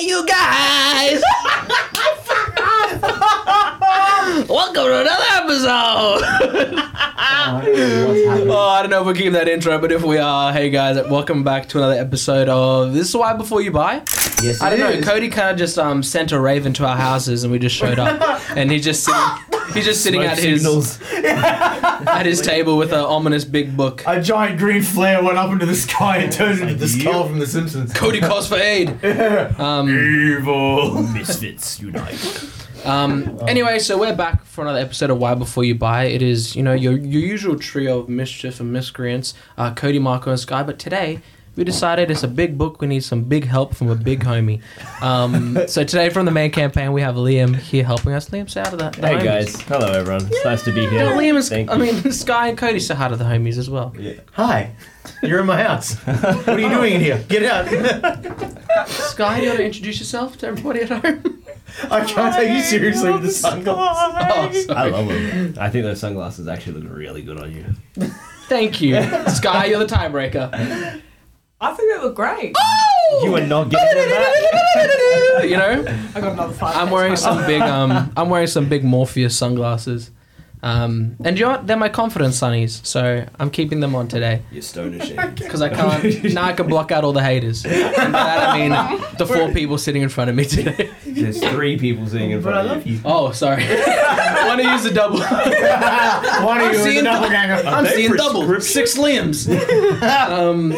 you guys. Welcome to another episode. Uh, What's oh, I don't know if we keep that intro, but if we are, hey guys, welcome back to another episode of This Is Why Before You Buy. yes, I don't it is. know. Cody kind of just um, sent a raven to our houses, and we just showed up, and he's just sitting, he's just sitting Smoke at his signals. at his table with an ominous big book. A giant green flare went up into the sky and turned into the skull from The Simpsons. Cody calls for aid. Evil. Oh, Misfits unite. Um, anyway, so we're back for another episode of Why Before You Buy. It is, you know, your, your usual trio of mischief and miscreants, uh, Cody, Marco, and Sky. But today, we decided it's a big book. We need some big help from a big homie. Um, so today, from the main campaign, we have Liam here helping us. Liam, say out of that. the Hey homies. guys, hello everyone. It's nice to be here. Yeah, Liam is, Thank I you. mean, Sky and Cody say hi to the homies as well. Hi. You're in my house. What are you doing in here? Get out. Sky, do you want to introduce yourself to everybody at home? I can't take you seriously with the sunglasses. Oh, I sorry. love them. I think those sunglasses actually look really good on you. Thank you. Sky, you're the tiebreaker. I think they look great. You are not getting them back. You know? I got another five. I'm minutes. wearing some big um I'm wearing some big Morpheus sunglasses. Um and you know what? They're my confidence sunnies, so I'm keeping them on today. You're ashamed. Because I can't now I can block out all the haters. And by that I mean the four people sitting in front of me today. There's three people sitting in But I front of love you. you. Oh, sorry. Wanna use the double. Why I'm are you in seeing the doppelganger? I'm they seeing double. prescription? Six limbs. um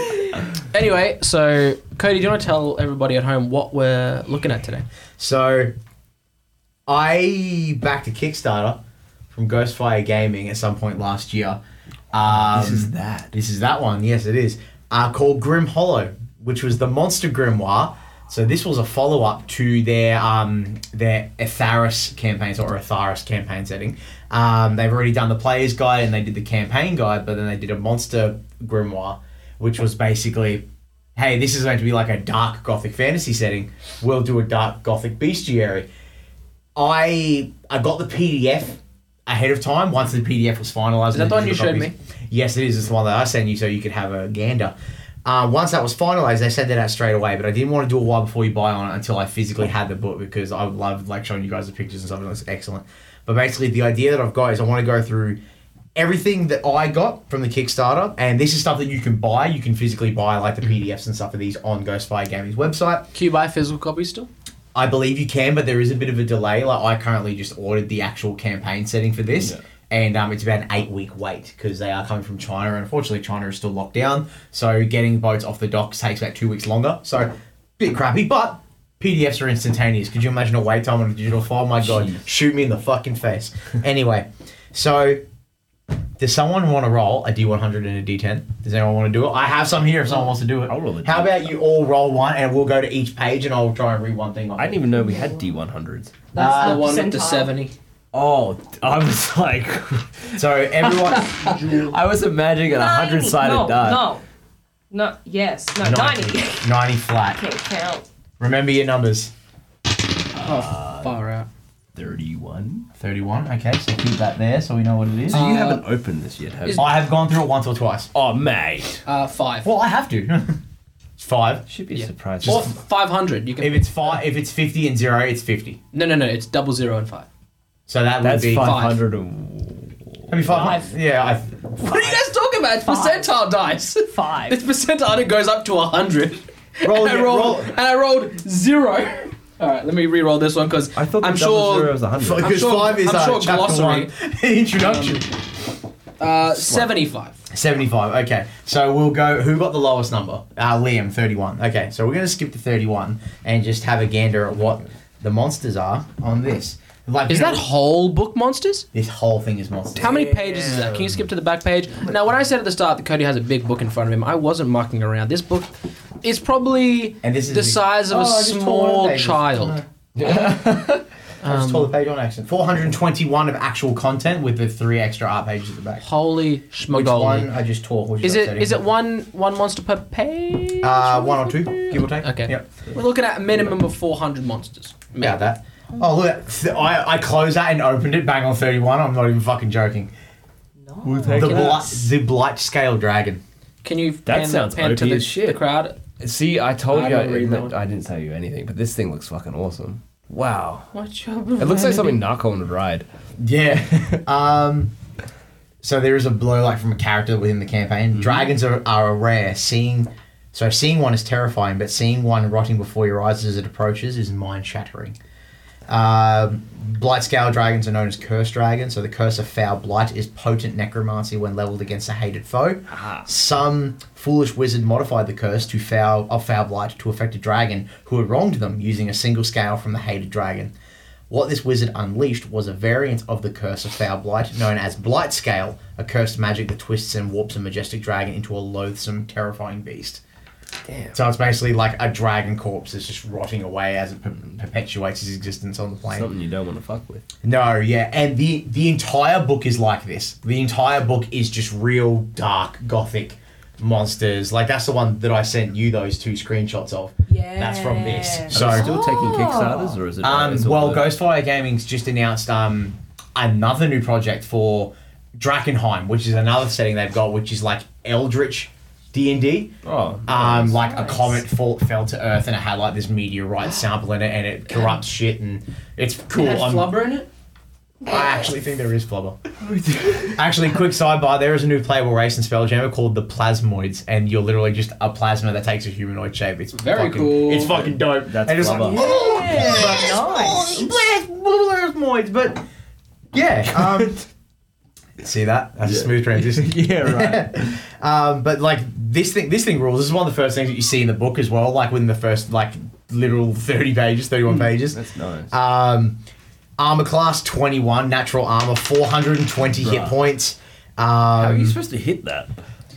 anyway, so Cody, do you want to tell everybody at home what we're looking at today? So, I backed a Kickstarter from Ghostfire Gaming at some point last year. Um, This is that. This is that one. Yes, it is. Uh, called Grim Hollow, which was the monster grimoire. So this was a follow up to their um, their Atharis campaigns or Atharis campaign setting. Um, they've already done the player's guide and they did the campaign guide, but then they did a monster grimoire, which was basically, hey, this is going to be like a dark gothic fantasy setting. We'll do a dark gothic bestiary. I I got the PDF ahead of time once the PDF was finalized. Is that the one you showed me? Yes, it is. It's the one that I sent you so you could have a gander. Uh, once that was finalized, they sent that out straight away, but I didn't want to do a while before you buy on it until I physically had the book because I loved like showing you guys the pictures and stuff. And it was excellent. But basically, the idea that I've got is I want to go through everything that I got from the Kickstarter, and this is stuff that you can buy. You can physically buy like the PDFs and stuff of these on Ghostfire Gaming's website. Q buy physical copy still? I believe you can, but there is a bit of a delay. Like I currently just ordered the actual campaign setting for this, Yeah. and um, it's about an eight week wait because they are coming from China, and unfortunately China is still locked down. So getting boats off the docks takes about two weeks longer. So bit crappy, but PDFs are instantaneous. Could you imagine a wait time on a digital file? My God, shoot me in the fucking face. anyway, so. Does someone want to roll a D100 and a D10? Does anyone want to do it? I have some here if someone wants to do it. I'll roll a How D10. about you all roll one and we'll go to each page and I'll try and read one thing off I didn't even know we had D100s. That's Uh, Ah, the one with the percentile. 70. Oh, I was like, So everyone, I was imagining a 100 sided no, die. No, no, yes, no, 90. 90, 90 flat. Can't count. Remember your numbers. Far out. 31. 31. Okay, so keep that there so we know what it is. So you Uh, haven't opened this yet, have is- you? I have gone through it once or twice. Oh, mate. Uh, five. Well, I have to. five. Should be Yeah. surprised. Or Just- five hundred. You can. If it's five, if it's 50 and zero, it's 50. no, no, no. It's double zero and five. So that would that's be 500 and. That'd be five. Yeah, I, What are you guys talking about? It's percentile dice. It's Five. percentile. and It goes up to hundred. roll, and, I it, rolled, roll. and I rolled zero. All right, let me re-roll this one because I thought the I'm double sure zero was 100. Because sure- five is I'm uh, sure chapter glossary. Um, one. Introduction. uh, seventy-five. 75. Okay. So we'll go. Who got the lowest number? Uh, Liam, 31. Okay. So we're going to skip to 31 and just have a gander at what the monsters are on this. Like, Is you that know, whole book monsters? This whole thing is monsters. How many pages is that? Can you skip to the back page? Now, when I said at the start that Cody has a big book in front of him, I wasn't mucking around. This book is probably And this is the the- size of Oh, a I just tore one small page. child. No. I um, just told the page on accident. 421 of actual content with the three extra art pages at the back. Holy Which one schmogoli. I just tore. Which Oh, Is it upsetting. is it one one monster per page? Uh, one or two, give or take. Okay. Yep. We're looking at a minimum of 400 monsters. About that. Oh look, at- th- I I closed that and opened it bang on 31. I'm not even fucking joking. No. The Yes. blight, the blight scale dragon. Can you That pan, sounds pan to OP the, as shit. the crowd? See, I told I you I, didn't read that one. I didn't tell you anything, but this thing looks fucking awesome. Wow. What's your It looks like something Narcon would ride. Yeah. um, so there is a blow like from a character within the campaign. Dragons are, are rare. Seeing so seeing one is terrifying, but seeing one rotting before your eyes as it approaches is mind shattering. Um blight scale dragons are known as curse dragons, so the curse of foul blight is potent necromancy when leveled against a hated foe. Some foolish wizard modified the curse to foul of foul blight to affect a dragon who had wronged them using a single scale from the hated dragon. What this wizard unleashed was a variant of the curse of foul blight, known as Blight Scale, a cursed magic that twists and warps a majestic dragon into a loathsome, terrifying beast. Damn. So it's basically like a dragon corpse that's just rotting away as it per- perpetuates its existence on the plane. Something you don't want to fuck with. No, yeah, and the the entire book is like this. The entire book is just real dark gothic monsters. Like that's the one that I sent you those two screenshots of. Yeah. That's from this. Are they So still taking Oh. Kickstarters or is it? um it's all well the- Ghostfire Gaming's just announced um another new project for Drakenheim, which is another setting they've got which is like Eldritch D&D. Oh, Um, like a Nice. comet fall, fell to Earth and it had like this meteorite sample in it and it corrupts shit and it's cool. It had I'm- flubber in it? Oh, I actually think there is flubber. actually, quick sidebar: there is a new playable race in Spelljammer called the Plasmoids, and you're literally just a plasma that takes a humanoid shape. It's Very fucking, cool. It's fucking dope. That's and it's flubber. like, "Oh, Nice. yes, Plasmoids, but yeah. Um, see that? That's a Yeah. smooth transition. yeah, right. Um, but like this thing, this thing rules. This is one of the first things that you see in the book as well. Like within the first like literal thirty pages, thirty-one pages. Hmm. That's nice. Um, armor class 21, natural armor, 420 hit Right. points. How are you Um, supposed to hit that?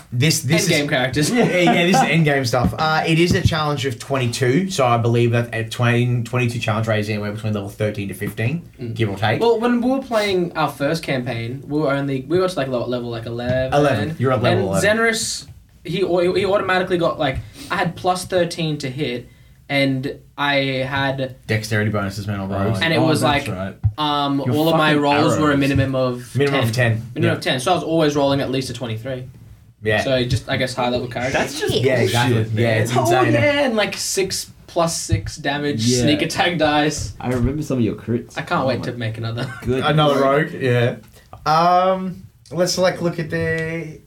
this this Endgame is characters. yeah, yeah, this is end game stuff. Uh, it is a challenge of 22, so I believe that at 20, 22 challenge raise anywhere between level 13 to 15, give or take. Mm. Well, when we were playing our first campaign, we were only we got to like level, level like eleven. 11. You're at level and 11. Xenorus, he au- he automatically got like I had plus thirteen to hit, and I had Dexterity bonuses, men or rogues. And it was like- right. Oh, um Your all of my fucking rolls were a arrows. minimum of minimum of 10. minimum yeah. of ten. So I was always rolling at least a twenty three. Yeah. So just I guess high level character. That's just yeah, exactly. bullshit, yeah, man. it's oh insane. yeah, and like six plus six damage, Yeah. sneak attack dice. I remember some of your crits. I can't Oh wait my to make another. Good. Another rogue, yeah. Um, let's like look at the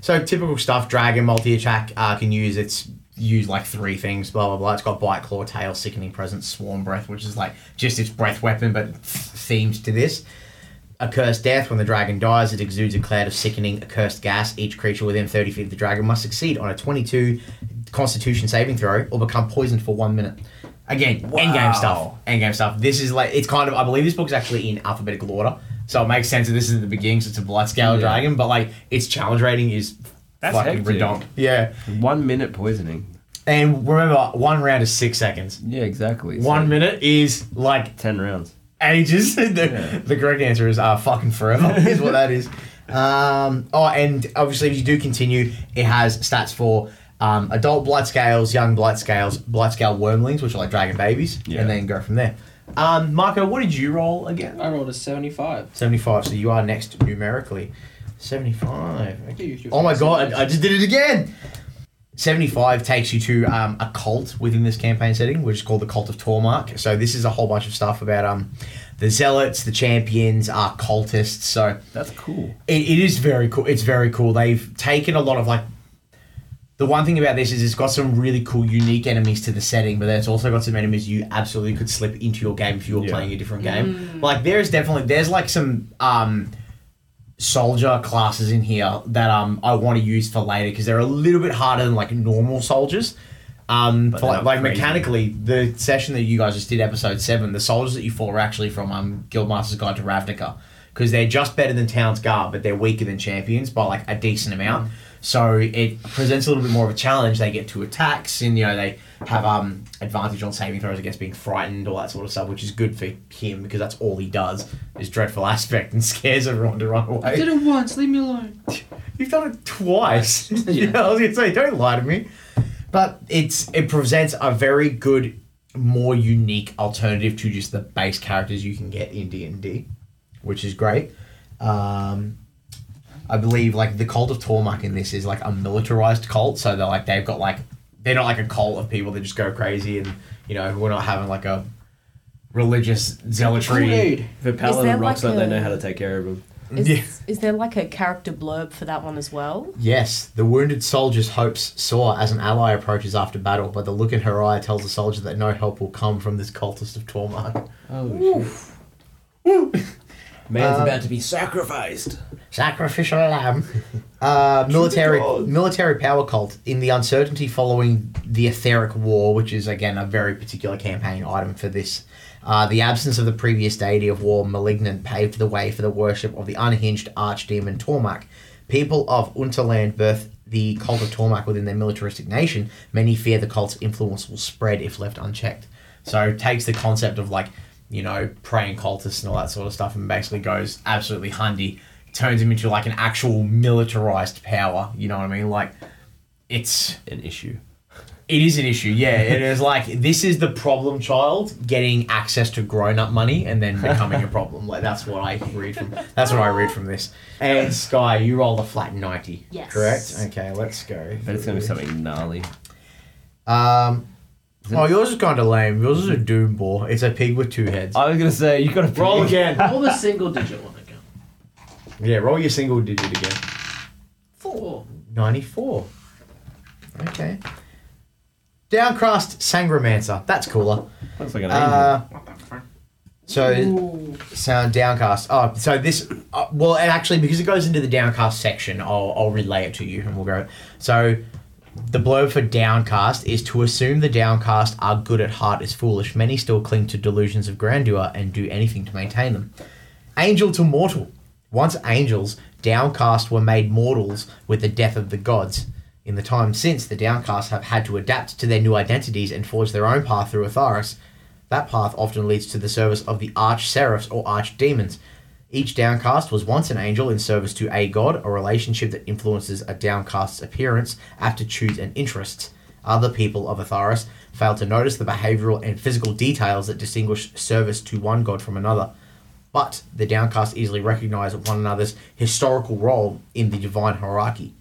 so typical stuff. Dragon multi attack uh, can use its use like three things. Blah blah blah. It's got bite, claw, tail, sickening presence, swarm breath, which is like just its breath weapon, but themes to this. Accursed death. When the dragon dies, it exudes a cloud of sickening, accursed gas. Each creature within 30 feet of the dragon must succeed on a 22 constitution saving throw or become poisoned for one minute. Again, end game stuff. Wow. End game stuff. This is like, it's kind of, I believe this book's actually in alphabetical order. So it makes sense that this is at the beginning, so it's a blood scale Yeah. dragon, but like its challenge rating is That's fucking hectic. redonk. Yeah. One minute poisoning. And remember, one round is six seconds. Yeah, exactly. It's One like minute is like Ten rounds. ages. the, Yeah. the correct answer is uh, fucking forever, is what that is. Um, oh, and obviously, if you do continue, it has stats for um, adult blight scales, young blight scales, blight scale wormlings, which are like dragon babies, Yeah. and then go from there. Um, Marco, what did you roll again? I rolled a seventy five. 75, so you are next numerically. 75. okay. Oh my god, I, I just did it again! 75 takes you to um, a cult within this campaign setting, which is called the Cult of Tormark. So, this is a whole bunch of stuff about um, the zealots, the champions, our cultists. So, That's cool. it, it is very cool. It's very cool. They've taken a lot of like. The one thing about this is it's got some really cool, unique enemies to the setting, but then it's also got some enemies you absolutely could slip into your game if you were Yeah. playing a different game. Like there is definitely there's like some um, soldier classes in here that um I want to use for later because they're a little bit harder than like normal soldiers. Um, But for, they're not like, like crazy. mechanically, the session that you guys just did, episode seven, the soldiers that you fought were actually from um Guildmaster's Guide to Ravnica because they're just better than Town's Guard, but they're weaker than champions by like a decent amount. So it presents a little bit more of a challenge. They get two attacks, and you know they have um advantage on saving throws against being frightened, all that sort of stuff, which is good for him because that's all he does is dreadful aspect and scares everyone to run away. I did it once. Leave me alone. You've done it twice. you know, I was gonna say, don't lie to me. But it's it presents a very good, more unique alternative to just the base characters you can get in D and D, which is great. Um, I believe like the cult of Tormak in this is like a militarized cult, so they're like they've got like they're not like a cult of people that just go crazy and you know we're not having like a religious zealotry. If a there paladin rocks like up, they know a- how to take care of him. Is, Yeah. is there like a character blurb for that one as well? Yes, the wounded soldier's hopes soar as an ally approaches after battle, but the look in her eye tells the soldier that no help will come from this cultist of Tormar. Oh shit! Um, Man's about to be sacrificed. sacrificial lamb. Uh, military military power cult in the uncertainty following the etheric war, which is again a very particular campaign item for this. Uh, the absence of the previous deity of war, malignant, paved the way for the worship of the unhinged archdemon Tormak. People of Unterland birth the cult of Tormak within their militaristic nation. Many fear the cult's influence will spread if left unchecked. So it takes the concept of like, you know, praying cultists and all that sort of stuff and basically goes absolutely hundy, turns him into like an actual militarized power, you know what I mean? Like it's An issue. it is an issue, yeah. It is like this is the problem child getting access to grown up money and then becoming a problem. Like that's what I read from that's what I read from this. And Sky, you rolled a flat ninety. Yes. Correct? Okay, let's go. But it's gonna be something gnarly. Um Oh, yours is kind of lame. Yours is a doom bore. It's a pig with two heads. I was gonna say you gotta pick- Roll again. All the single digit one again. Yeah, roll your single digit again. Four. 94. Okay. Downcast Sangromancer. That's cooler. Looks like an angel. Uh, so, sound downcast. Oh, so this. Uh, well, and actually, because it goes into the downcast section, I'll, I'll relay it to you and we'll go. So, the blurb for downcast is to assume the downcast are good at heart is foolish. Many still cling to delusions of grandeur and do anything to maintain them. Angel to mortal. Once angels, downcast were made mortals with the death of the gods. In the time since, the downcast have had to adapt to their new identities and forge their own path through Atharis. That path often leads to the service of the arch seraphs or arch demons. Each downcast was once an angel in service to a god, a relationship that influences a downcast's appearance, aptitudes, and interests. Other people of Atharis fail to notice the behavioral and physical details that distinguish service to one god from another but the downcast easily recognize one another's historical role in the divine hierarchy.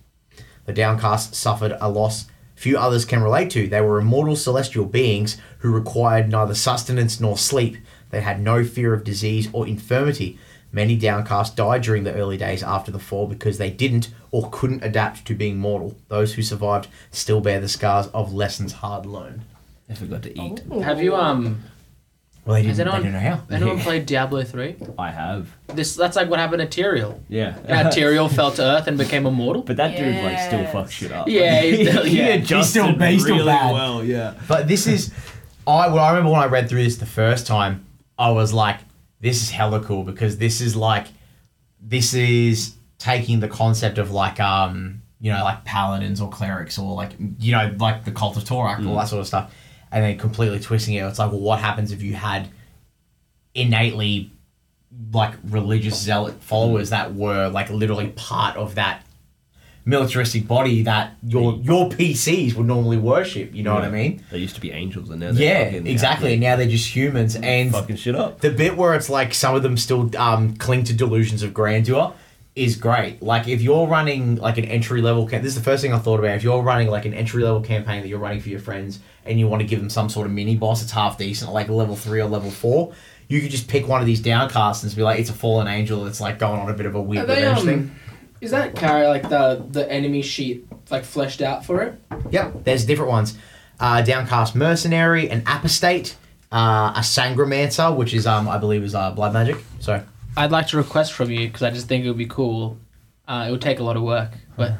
The downcast suffered a loss few others can relate to. They were immortal celestial beings who required neither sustenance nor sleep. They had no fear of disease or infirmity. Many downcast died during the early days after the fall because they didn't or couldn't adapt to being mortal. Those who survived still bear the scars of lessons hard learned. I forgot to eat. Oh. Have you um? Well, they didn't, Has they anyone didn't know how. anyone played Diablo three? oh. I have. This that's like what happened to Tyrael. Yeah. How Tyrael fell to Earth and became immortal. but that dude like still Yes. fucks shit up. Yeah, he's still- he yeah. He's adjusted still- he's still really bad. well. Yeah. But this is, I well, I remember when I read through this the first time, I was like, this is hella cool because this is like, this is taking the concept of like, um, you know, like paladins or clerics or like, you know, like the cult of Torak, all that sort of stuff, and then completely twisting it. It's like, well, what happens if you had innately like religious zealot followers that were like literally part of that militaristic body that your your PCs would normally worship, you know what I mean? They used to be angels and now they're Yeah, fucking exactly. And now they're just humans. And fucking shit up. the bit where it's like some of them still um, cling to delusions of grandeur is great. Like if you're running like an entry level, cam- this is the first thing I thought about. If you're running like an entry level campaign that you're running for your friends, and you want to give them some sort of mini boss that's half decent, like level three or level four. You could just pick one of these downcasts and just be like, it's a fallen angel that's like going on a bit of a Are weird they, revenge um, thing. Is that carry like the the enemy sheet like fleshed out for it? Yep, there's different ones. Uh, downcast mercenary, an apostate, uh, a sangromancer, which is um I believe is uh, blood magic. So I'd like to request from you because I just think it would be cool. Uh, it would take a lot of work, but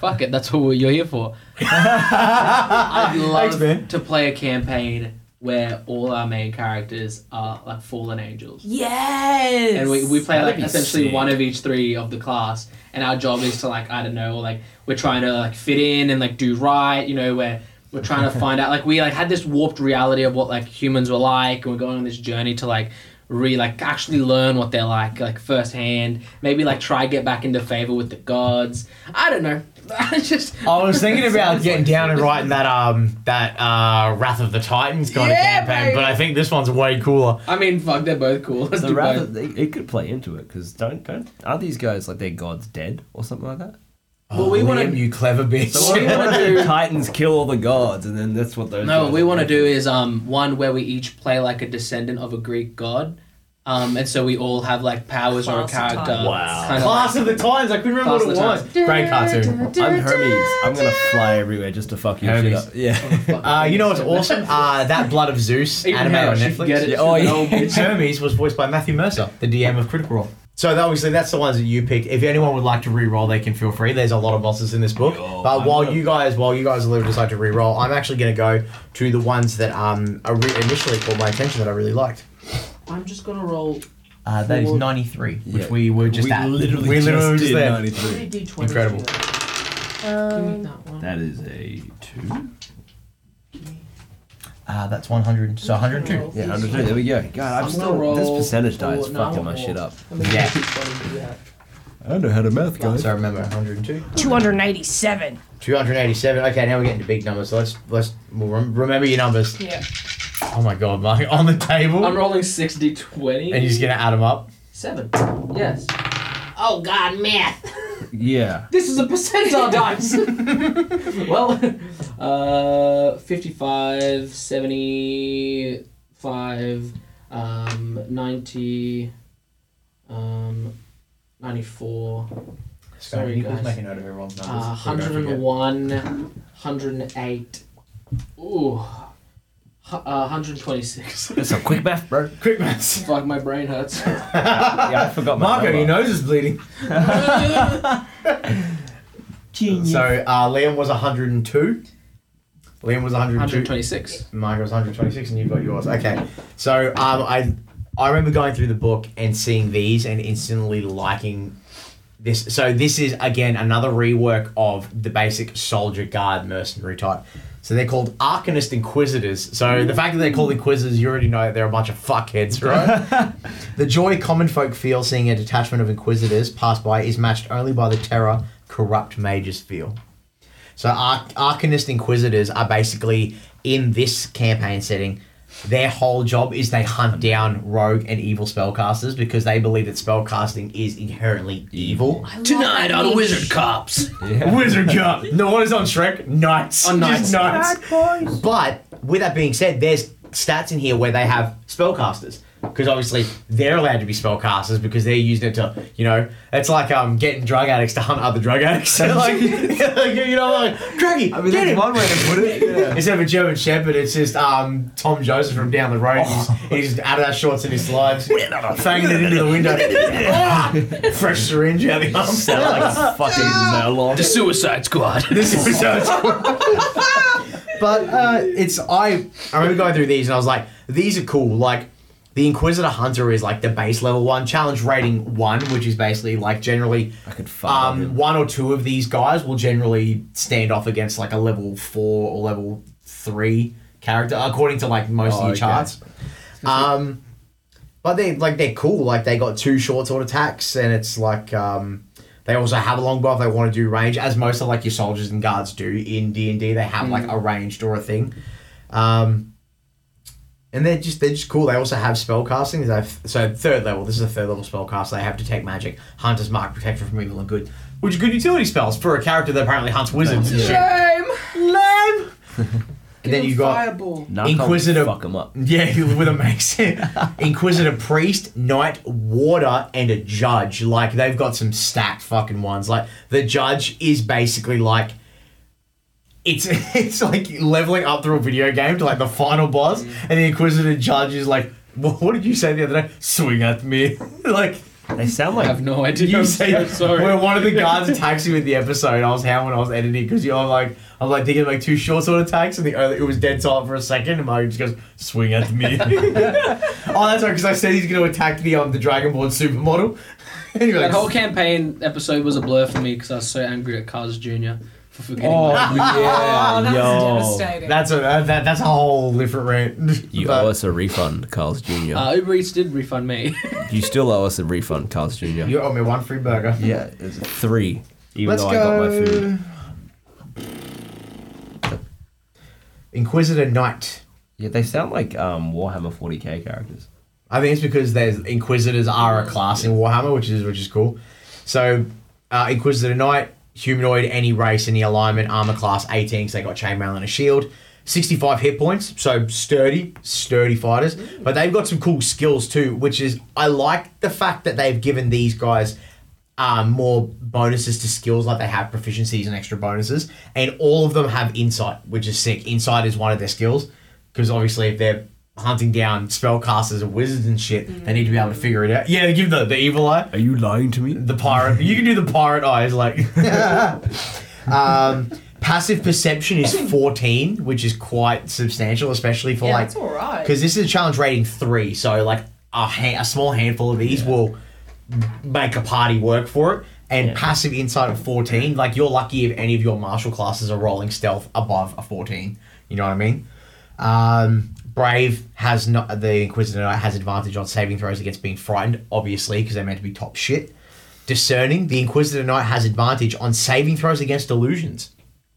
fuck it, that's what you're here for. I'd love Thanks, man. to play a campaign where all our main characters are like fallen angels. Yes. And we, we play That'd like be essentially sick. one of each three of the class, and our job is to like I don't know, like we're trying to like fit in and like do right, you know, where we're trying to find out like we like had this warped reality of what like humans were like, and we're going on this journey to like re like actually learn what they're like like firsthand. Maybe like try get back into favor with the gods. I don't know. I just I was thinking about getting down and writing that um that uh Wrath of the Titans kind Yeah, of campaign, baby. but I think this one's way cooler. I mean, fuck, they're both cool. Let's So do rather, both. they, it could play into it because don't don't aren't these guys like their gods dead or something like that? Well, we wanna- Oh, Liam, you clever bitch. So what we want to wanna do? do- Titans kill all the gods, and then that's what those. No, guys what we are want to making. do is um one where we each play like a descendant of a Greek god, um, and so we all have like powers or a Class of character. time. Wow. Kind Class of the Times. I couldn't remember Class what it was. of Great cartoon. I'm Hermes. I'm gonna fly everywhere just to fuck your shit Hermes. up. Yeah. Uh, you know what's awesome? Uh, that Blood of Zeus Even anime Harris, on you Netflix. can get it. Yeah, oh, She's an yeah. old bitch. Hermes was voiced by Matthew Mercer, the DM of Critical Role. So that- obviously that's the ones that you picked. If anyone would like to re-roll, they can feel free. There's a lot of monsters in this book. Yo, but I'm while gonna- you guys, while you guys will decide to re-roll, I'm actually going to go to the ones that um are re- initially caught my attention that I really liked. I'm just gonna roll. Uh, that is 93, which we were we literally we literally just just did there. 93. Incredible. Give me Um, that one. That is a two. Uh, that's 100. So 102. Yeah, 102. There we go. God, I'm, I'm still gonna roll this percentage die four- is no, fucking I my want shit four. up. I mean, Yeah. keep wanting to do that. I don't know how to math, So remember 102. 287. 287. Okay, now we're getting to big numbers. So let's let's we'll rem- remember your numbers. Yeah. Oh my god, Mark, on the table. I'm rolling 60 20. and you're just gonna add them up. Seven. Yes. Oh, God, math. Yeah. This is a percentile dice. well, uh, 55, 75, um, 90, um, 94, Sorry, Nicole's guys. making note of everyone's uh, numbers. so we don't forget. 101, 108. Ooh. hu- Uh, 126. That's some quick math, bro. Quick maths. Fuck, my brain hurts. Yeah, I forgot my Marco, number. your nose is bleeding. Genius. So uh, Liam was 102. Liam was 102. 126. Marco was 126, and you've got yours. Okay. So um, I I remember going through the book and seeing these and instantly liking this. So this is again another rework of the basic soldier guard mercenary type. So they're called Arcanist Inquisitors. So the fact that they're called Inquisitors, you already know they're a bunch of fuckheads, right? The joy common folk feel seeing a detachment of inquisitors pass by is matched only by the terror corrupt mages feel. So Ar- Arcanist Inquisitors are basically in this campaign setting. Their whole job is they hunt down rogue and evil spellcasters because they believe that spellcasting is inherently evil. Tonight on Wizard Cops. Wizard Cup. No one is on Shrek. Knights. On Just knights. knights. But with that being said, there's stats in here where they have spellcasters. Because obviously they're allowed to be spellcasters because they're using it to, you know, it's like um getting drug addicts to hunt other drug addicts. like, you know, like druggy, I mean, get that's him. one way to put it. Yeah. Instead of a German Shepherd, it's just um, Tom Joseph from down the road. He's, he's just out of that shorts in his slides, fanging it into the window. Ah! Fresh syringe out the arm. Sound like fucking Merlot. The Suicide Squad. This is but uh, it's I I remember going through these and I was like, these are cool. Like the Inquisitor Hunter is like the base level one, challenge rating one, which is basically like generally I could fuck um, him. one or two of these guys will generally stand off against like a level four or level three character, according to like most of Oh, your okay. charts. Um, but they like they're cool. Like they got two short sword attacks, and it's like um, they also have a longbow if they want to do range, as most of like your soldiers and guards do in D and D. They have Hmm. like a ranged or a thing. Um, and they're just they're just cool. They also have spell casting. They have, so third level. This is a third level spell cast. They have detect magic, hunter's mark, protection from evil and good, which are good utility spells for a character that apparently hunts wizards. and shit. Lame. and then you got Fireball. Now I can't Inquisitor- Fuck him up. yeah, with a mace. Inquisitor priest, knight, warder, and a judge. Like they've got some stacked fucking ones. Like the judge is basically like it's it's like leveling up through a video game to like the final boss, and the Inquisitor judge is like, "Wha- what did you say the other day? Swing at me, like. They sound I like have no idea. You I'm say so sorry. when one of the guards attacks you with the episode, I was how when I was editing because you're like I'm like thinking like two short sword attacks and the other it was dead silent for a second and Mario just goes swing at me. oh, that's right because I said he's going to attack the um the Dragonborn supermodel. anyway, That whole campaign episode was a blur for me because I was so angry at Cars Jr. for forgetting. Oh my- yeah, Oh, that's yo. devastating. that's a uh, that, that's a whole different rant. You But owe us a refund, Carl's Jr. Uh, Uber Eats did refund me. you still owe us a refund, Carl's Jr. you owe me one free burger. Yeah, it's three. Even Let's though go. I got my food. Inquisitor Knight. Yeah, they sound like um, Warhammer 40k characters. I think it's because there's Inquisitors are a class in Warhammer, which is which is cool. So uh, Inquisitor Knight, humanoid, any race, any alignment, armor class 18, so they got chainmail and a shield. 65 hit points, so sturdy, sturdy fighters. But they've got some cool skills too, which is I like the fact that they've given these guys um, more bonuses to skills, like they have proficiencies and extra bonuses. And all of them have insight, which is sick. Insight is one of their skills, because obviously if they're hunting down spellcasters and wizards and shit, they need to be able to figure it out. Yeah, they give the, the evil eye Are you lying to me? the pirate. You can do the pirate eyes, like. um, passive perception is 14, which is quite substantial, especially for Yeah, like. that's all right. Because this is a challenge rating three, so like a, ha- a small handful of these will make a party work for it. And passive insight of 14, like you're lucky if any of your martial classes are rolling stealth above a 14. You know what I mean? Um, Brave has not the Inquisitor has advantage on saving throws against being frightened, obviously, because they're meant to be top shit. Discerning, the Inquisitor Knight has advantage on saving throws against illusions,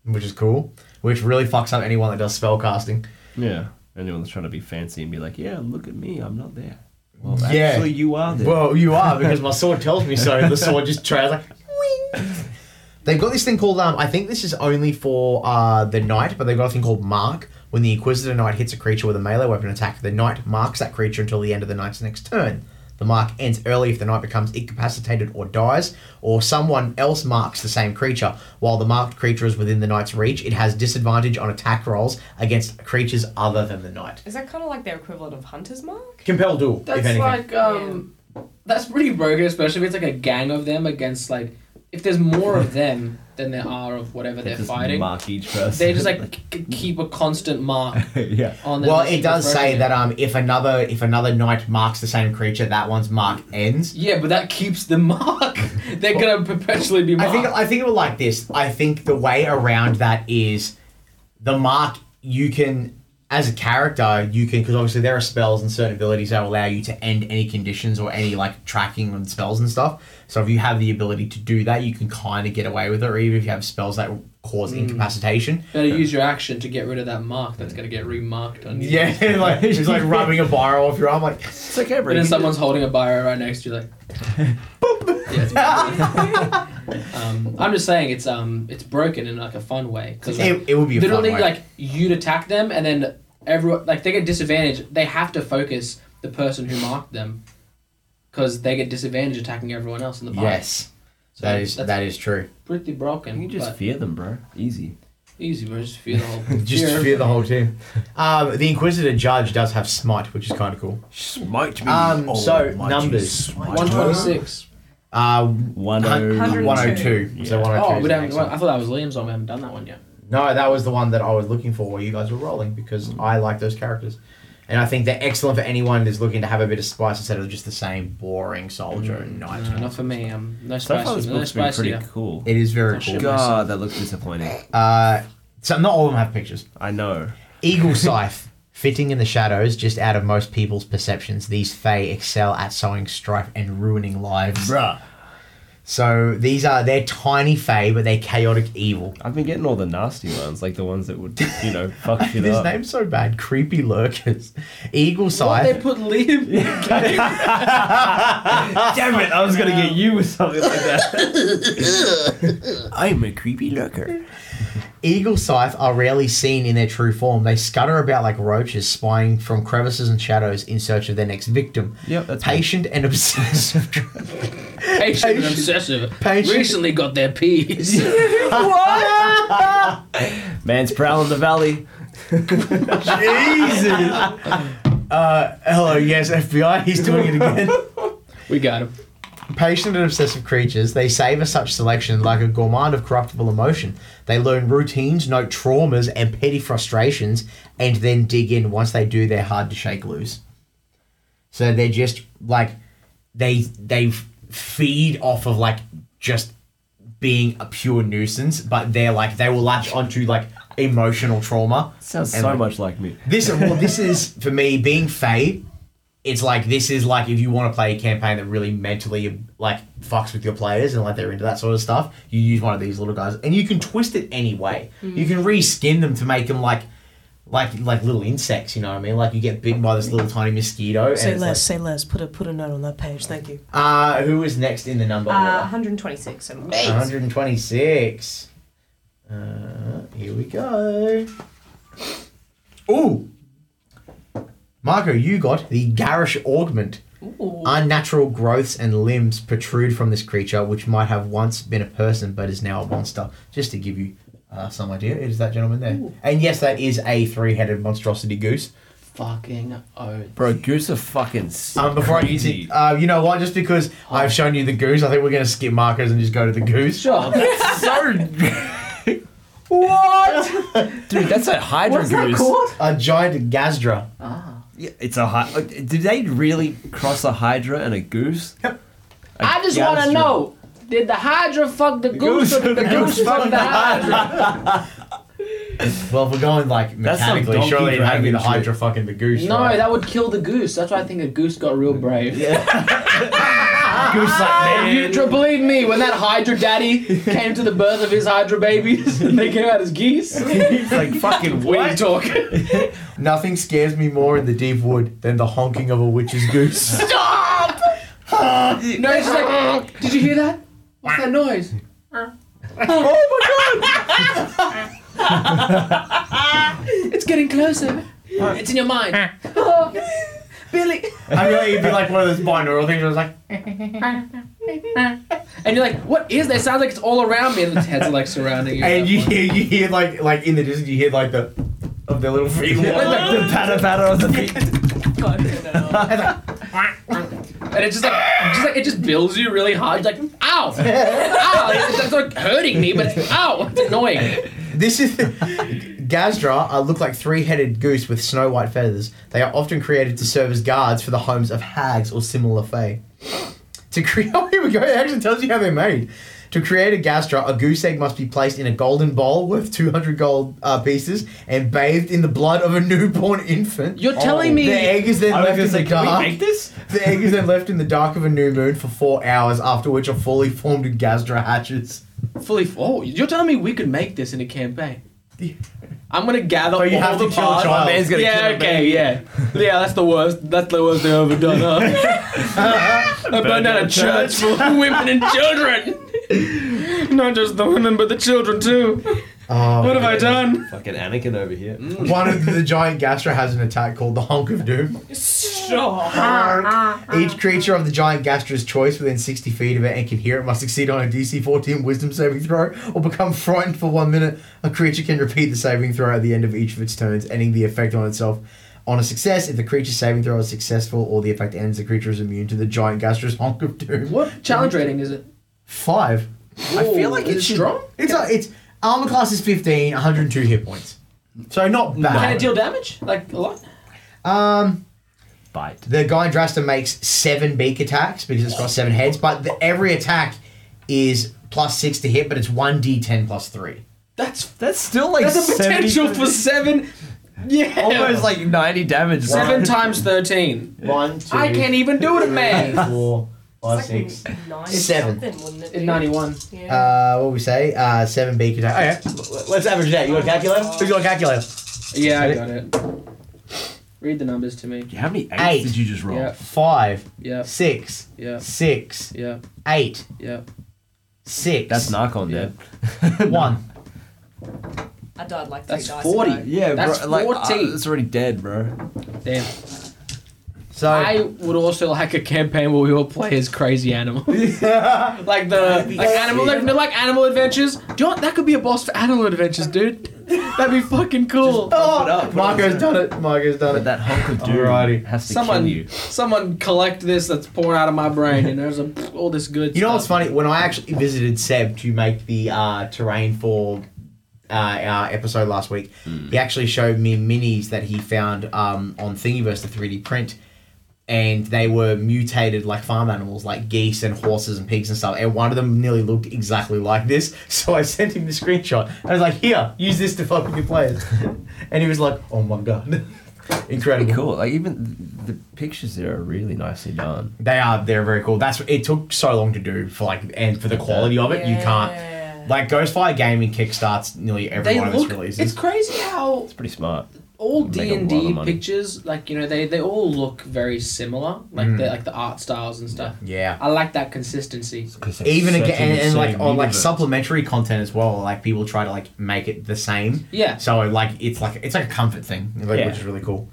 which is cool. Which really fucks up anyone that does spell casting. Yeah. Anyone that's trying to be fancy and be like, yeah, look at me, I'm not there. Well, Yeah. actually, you are there. Well, you are because my sword tells me so. The sword just trails like. Wing. They've got this thing called um. I think this is only for uh the knight, but they've got a thing called mark. When the Inquisitor Knight hits a creature with a melee weapon attack, the knight marks that creature until the end of the knight's next turn. The mark ends early if the knight becomes incapacitated or dies, or someone else marks the same creature. While the marked creature is within the knight's reach, it has disadvantage on attack rolls against creatures other than the knight. Is that kind of like their equivalent of Hunter's Mark? Compel duel, if That's anything. like um, that's pretty rogue, especially if it's like a gang of them against like if there's more of them than there are of whatever They they're just fighting. Mark each person. They just like k- keep a constant mark yeah. on them. Well, They it keep does referring say it. that um, if another if another knight marks the same creature, that one's mark ends. Yeah, but that keeps the mark. They're gonna perpetually be I marked. think I think it will like this. I think the way around that is the mark you can as a character you can because obviously there are spells and certain abilities that allow you to end any conditions or any like tracking on spells and stuff. So if you have the ability to do that, you can kind of get away with it. Or even if you have spells that Hmm. cause incapacitation, Better use your action to get rid of that mark that's gonna get remarked on you. yeah, like it's like rubbing a bar off your arm, like It's okay, bro. And then someone's holding a biro right next to you, like. Yeah, it's- um, I'm just saying it's um it's broken in like a fun way because like, it, it would be a fun literally way. like you'd attack them and then everyone like they get disadvantage. They have to focus the person who marked them because they get disadvantage attacking everyone else in the party. yes, so that is that's that is true. pretty broken. You just but fear them, bro. Easy. easy, bro. Just feel the whole Just fear. fear the whole team. Um, the Inquisitor Judge does have smite, which is kind of cool. Smite me. Um, oh, so, might you numbers. smite One me. twenty six. Uh, One hun- oh- 102. 102. So 102. Oh, is we the don't. next well, one. I thought that was Liam's one. We haven't done that one yet. No, that was the one that I was looking for where you guys were rolling because Mm. I like those characters. And I think they're excellent for anyone who's looking to have a bit of spice instead of just the same boring Mm. soldier and knight. No, not for me. Um, no So far, spice. this No book's been spice pretty here. cool. It is very cool. God, that looks disappointing. Uh, so not all of them have pictures. I know. Eagle Scythe. Fitting in the shadows, just out of most people's perceptions, these Fae excel at sowing strife and ruining lives. Bruh. So these are they're tiny fae, but they're chaotic evil. I've been getting all the nasty ones, like the ones that would, you know, fuck shit His up. name's so bad. Creepy lurkers. Eagle Why'd scythe. they put Liam? Damn it, I was gonna get you with something like that. I'm a creepy lurker. Eagle scythe are rarely seen in their true form. They scutter about like roaches, spying from crevices and shadows in search of their next victim. Yep, that's me. patient and obsessive. Patient and obsessive. Patient. Recently got their peas. Man's prowling the valley. Jesus. Uh, hello, yes, FBI. He's doing it again. we got him. Patient and obsessive creatures, they savour such selection like a gourmand of corruptible emotion. They learn routines, note traumas and petty frustrations, and then dig in. Once they do, they're hard to shake loose. So they're just like they they feed off of like just being a pure nuisance, but they're like they will latch onto like emotional trauma. Sounds And so like- much like me. This well, this is for me being Faye. It's like this is like if you want to play a campaign that really mentally like fucks with your players and like they're into that sort of stuff, you use one of these little guys and you can twist it any way. You can reskin them to make them like like like little insects. You know what I mean? Like you get bitten by this little tiny mosquito. Say it's less, say less. Put a put a note on that page. Thank you. Like, uh, who was next in the number? Uh, order? 126 and One hundred and twenty-six. Uh, here we go. Ooh, Marco, you got the garish augment. Ooh. Unnatural growths and limbs protrude from this creature, which might have once been a person but is now a monster. Just to give you uh, some idea, it is that gentleman there. And yes, that is a three-headed monstrosity goose. Fucking oh. Bro, goose are fucking sick. Um, before I use it, uh, you know what? Just because I've shown you the goose, I think we're gonna skip Marco's and just go to the goose. Sure. What? Dude, that's a hydra What's that goose. called? a giant Gazdra. Yeah, It's a hydra. Did they really cross a hydra and a goose? I just want to Gazdra. know: Did the Hydra fuck the, goose, goose- or did the goose fuck the Hydra? Well, if we're going like That's some mechanically, Donkey surely it had to be Dragon the shit. Hydra fucking the goose. No, right? that would kill the goose. That's why I think the goose got real brave. Goose like You man. tr- believe me, when that Hydra daddy came to the birth of his Hydra babies, and they came out as geese. It's like fucking We wait. talk. Nothing scares me more in the deep wood than the honking of a witch's goose. Stop! no, it's just like, did you hear that? What's that noise? oh my god! It's getting closer. It's in your mind. Billy. I feel like it'd be like one of those binaural things. Where it's like, And you're like, what is that? It sounds like it's all around me, and its heads are like surrounding you. and you hear, you hear like, like in the distance, you hear like the of their little feet. Yeah. the patter patter on the feet. God, no. And it's just like, just like it just bills you really hard. You're like, ow, ow. It's, it's like hurting me, but it's, ow, it's annoying. This is Gazdra uh, look like three-headed goose with snow-white feathers. They are often created to serve as guards for the homes of hags or similar fae. To create, oh, here we go. It actually tells you how they're made. To create a gastra, a goose egg must be placed in a golden bowl worth 200 gold uh, pieces and bathed in the blood of a newborn infant. Oh. You're telling me- the egg is then I was left gonna in say, the can we make dark. this? The egg is then left in the dark of a new moon for four hours, after which a fully formed gastra hatches. Fully. Oh, you're telling me we could make this in a campaign? I'm gonna gather But you all have the to kill a parts. child. Man's gonna yeah, kill a okay, yeah, yeah. That's the worst. That's the worst they ever done. Huh? I burned down a church full of women and children. Not just the women, but the children too. Oh, What have I done? Fucking Anakin over here. One of the giant gastra has an attack called the Honk of Doom. Ah, Each creature of the giant gastra's choice within 60 feet of it and can hear it must succeed on a DC 14 wisdom saving throw or become frightened for one minute. A creature can repeat the saving throw at the end of each of its turns, ending the effect on itself. On a success, if the creature's saving throw is successful or the effect ends, the creature is immune to the giant gastra's honk of doom. What challenge rating is it? Five. I feel like it's strong. It's a, it's armor class is 15, 102 hit points. So not bad. Can it deal damage? Like a lot? Um, Bite. the Gyndrasta makes seven beak attacks because it's got seven heads, but the, every attack is plus six to hit, but it's one d10 plus three. That's That's still like that's a potential for seven. Yeah, almost like 90 damage. bro. seven times thirteen. One, two, I can't even do it, man. four, five, It's like six. nine Seven. something, wouldn't it In be? 91. Yeah. Uh, what we say? Uh, seven beak attacks. Okay, let's average that. You got a calculator? Who's got a calculator? Yeah, I got it. Read the numbers to me. How many eights Eight. did you just roll? Yeah, Five, yeah, six, yeah, six, yeah, eight, yeah. six. That's Narcon, Yeah. dude. one. I died like three That's dice 40. ago. Yeah, That's bro. Like, 14. uh, it's already dead, bro. Damn. So I would also like a campaign where we all play as crazy animals. like the like animal like, like animal adventures. Do you know what? That could be a boss for animal adventures, dude. That'd be fucking cool. Oh, it up, put Marco's it up. done it. Marco's done But it. that hunk of doom Alrighty. has to Someone, kill you. someone collect this that's pouring out of my brain, and there's a, all this good. You know what's stuff. funny? When I actually visited Seb to make the uh, terrain for uh, our episode last week, he actually showed me minis that he found um, on Thingiverse, the 3D print, and they were mutated like farm animals, like geese and horses and pigs and stuff. And one of them nearly looked exactly like this. So I sent him the screenshot. I was like, "Here, use this to fuck with your players," and he was like, "Oh my god, incredible!" Pretty cool. Like even the pictures there are really nicely done. They are. They're very cool. That's it took so long to do for like and for the quality of it, you Yeah. can't. Like Ghostfire Gaming kickstarts nearly every They one of its look. It's releases. crazy how It's pretty smart. all Make a D lot of and D money. pictures, like you know, they, they all look very similar, like Mm. the like the art styles and stuff. Yeah. I like that consistency. Even again, and, and like on like supplementary content as well. Like people try to like make it the same. Yeah. So like it's like it's like a comfort thing, like, Yeah. which is really cool.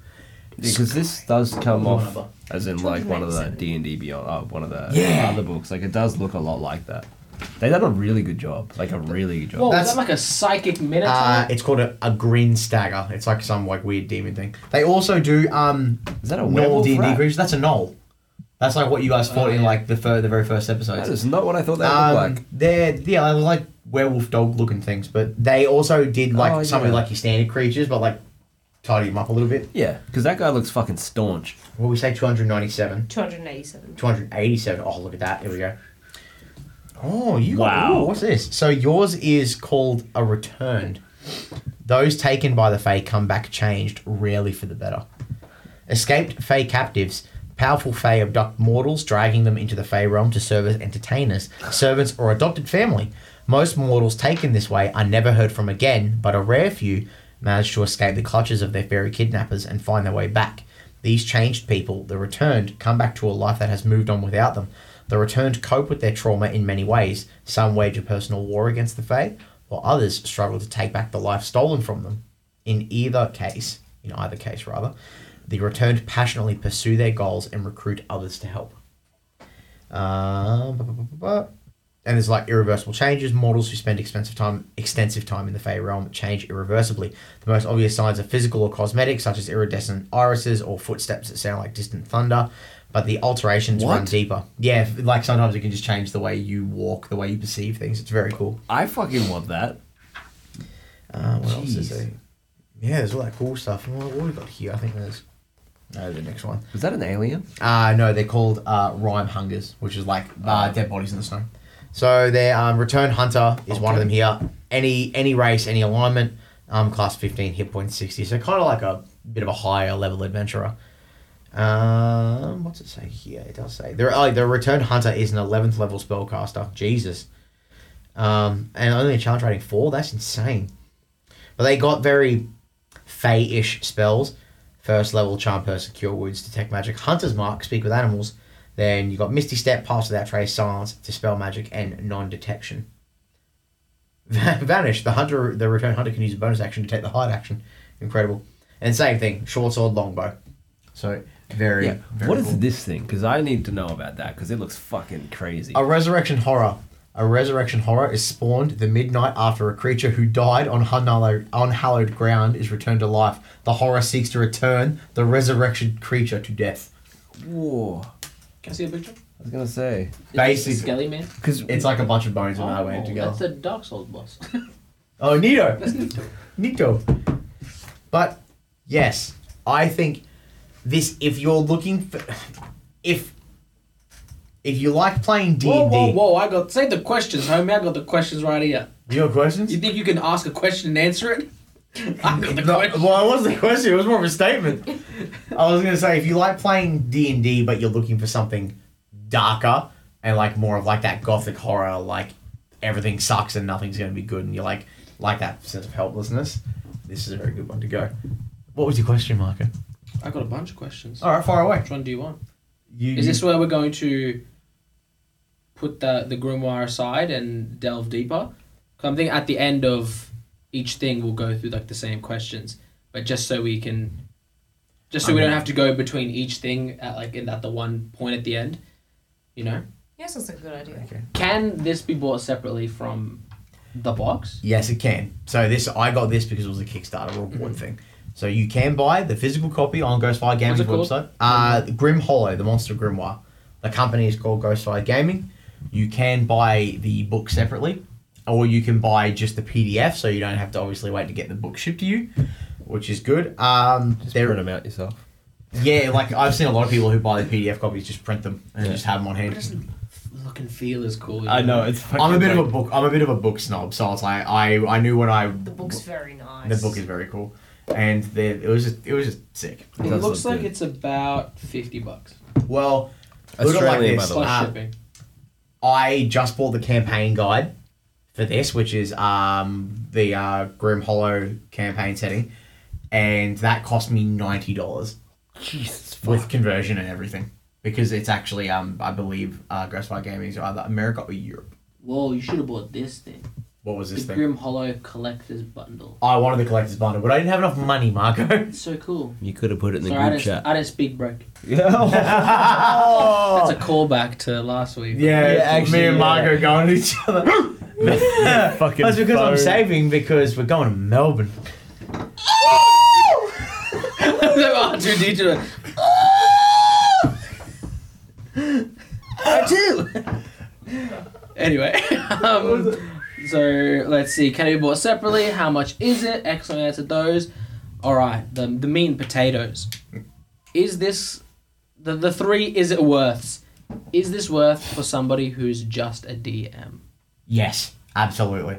because this does come Whatever. off as in like one of the D and D Beyond, uh, one of the Yeah. other books. Like it does look a lot like that. They did a really good job, like a really good job. Whoa, That's- is that like a psychic minotaur? Uh, it's called a, a green stagger. It's like some like weird demon thing. They also do um Is that a gnoll werewolf D and D rat? Oh, creatures. That's a gnoll. That's like what you guys fought in yeah. like the fir- the very first episode. That is not what I thought they Um, looked like. They're yeah, they're like werewolf dog looking things, but they also did like Oh, some of yeah. like your standard creatures, but like tidy them up a little bit. Yeah, because that guy looks fucking staunch. Well, we say 297, 287. 287. Oh, look at that. Here we go. Oh, you Wow. Ooh, what's this? So yours is called a returned. Those taken by the Fae come back changed, rarely for the better. Escaped Fae captives, powerful Fae abduct mortals, dragging them into the Fae realm to serve as entertainers, servants, or adopted family. Most mortals taken this way are never heard from again, but a rare few manage to escape the clutches of their fairy kidnappers and find their way back. These changed people, the returned, come back to a life that has moved on without them. The returned cope with their trauma in many ways. Some wage a personal war against the Fae, while others struggle to take back the life stolen from them. In either case, in either case rather, the returned passionately pursue their goals and recruit others to help. Um, bu- bu- bu- bu- bu. and there's like irreversible changes. Mortals who spend expensive time, extensive time in the Fey realm change irreversibly. The most obvious signs are physical or cosmetic, such as iridescent irises or footsteps that sound like distant thunder. But the alterations run What? deeper. Yeah, f- like sometimes it can just change the way you walk, the way you perceive things. It's very cool. I fucking want that. Uh, what else is Jeez. there? Yeah, there's all that cool stuff. What what have we got here? I think there's. No, the next one. Was that an alien? Uh, no, they're called uh, rhyme hungers, which is like uh, dead bodies in the snow. So their um, return hunter is one of them here. Any any race, any alignment, um, class fifteen, hit point sixty. So kind of like a bit of a higher level adventurer. Um, what's it say here? It does say there. Oh, the return hunter is an eleventh level spellcaster. Jesus, um, and only a challenge rating four. That's insane. But they got very Fey-ish spells. First level charm person, cure wounds, detect magic, hunter's mark, speak with animals. Then you got misty step, pass without trace, silence, dispel magic, and non-detection. Vanish. The hunter, the return hunter can use a bonus action to take the hide action. Incredible. And same thing, short sword, longbow. So very. Yeah. very What is cool. this thing? Because I need to know about that because it looks fucking crazy. A resurrection horror. A resurrection horror is spawned the midnight after a creature who died on unhallowed, unhallowed ground is returned to life. The horror seeks to return the resurrection creature to death. Whoa. Can I see a picture? Is I was gonna say this the Basically- Skelly Man. because It's like a bunch of bones in our way Oh, together. That's the Dark Souls boss. oh, Nito. Nito. But yes, I think this. If you're looking for, if if you like playing D whoa, and whoa, D, whoa! I got say the questions, homie. I got the questions right here. your questions. You think you can ask a question and answer it? I got the No, question. well, it wasn't a question. It was more of a statement. I was going to say, if you like playing D and D, but you're looking for something darker and like more of like that gothic horror, like everything sucks and nothing's going to be good, and you like like that sense of helplessness, this is a very good one to go. What was your question, Marco? I got a bunch of questions. All right, far away. Which one do you want? You, Is this where we're going to put the the grimoire aside and delve deeper? 'Cause I'm thinking at the end of each thing, we'll go through like the same questions, but just so we can, just so we don't Okay. have to go between each thing at like in at the one point at the end. You know, Yes, that's a good idea. can this be bought separately from the box? Yes, it can. So this I got this because it was a Kickstarter reward thing. So you can buy the physical copy on Ghostfire Gaming's it called? website. Uh, Grim Hollow, the Monster Grimoire. The company is called Ghostfire Gaming. You can buy the book separately, or you can buy just the PDF, so you don't have to obviously wait to get the book shipped to you, which is good. Um, there- print them out yourself. yeah, like I've seen a lot of people who buy the PDF copies just print them and Yeah. just have them on hand. It doesn't look and feel as cool. you it's. I'm a bit of a book. I'm a bit of a book snob, so I was like, I I knew when I The book's very nice. The book is very cool, and the, it was just it was just sick. It, does looks look like good. it's about fifty bucks Well, look at it Australian, by this. the way. plus Uh, shipping. I just bought the campaign guide for this, which is um the uh, Grim Hollow campaign setting, and that cost me ninety dollars Jesus. with conversion and everything because it's actually um I believe uh, Grassfire Gaming is either America or Europe. Whoa, you should have bought this thing. What was this the thing? Grim Hollow Collector's Bundle. I wanted the collector's bundle, but I didn't have enough money, Marco. It's so cool. You could have put it in the Sorry, I group didn't, chat. I didn't speak broke. oh, That's a callback to last week. Yeah, Yeah, actually, me and yeah. Margot going to each other. fucking That's because I'm phone. saving because we're going to Melbourne. oh, dude, did you- Ah! I do. Anyway, um, so let's see. Can it be bought separately? How much is it? Excellent answer. Those. All right. The the meat and potatoes. Is this the the three? Is it worth? Is this worth for somebody who's just a DM? Yes, absolutely.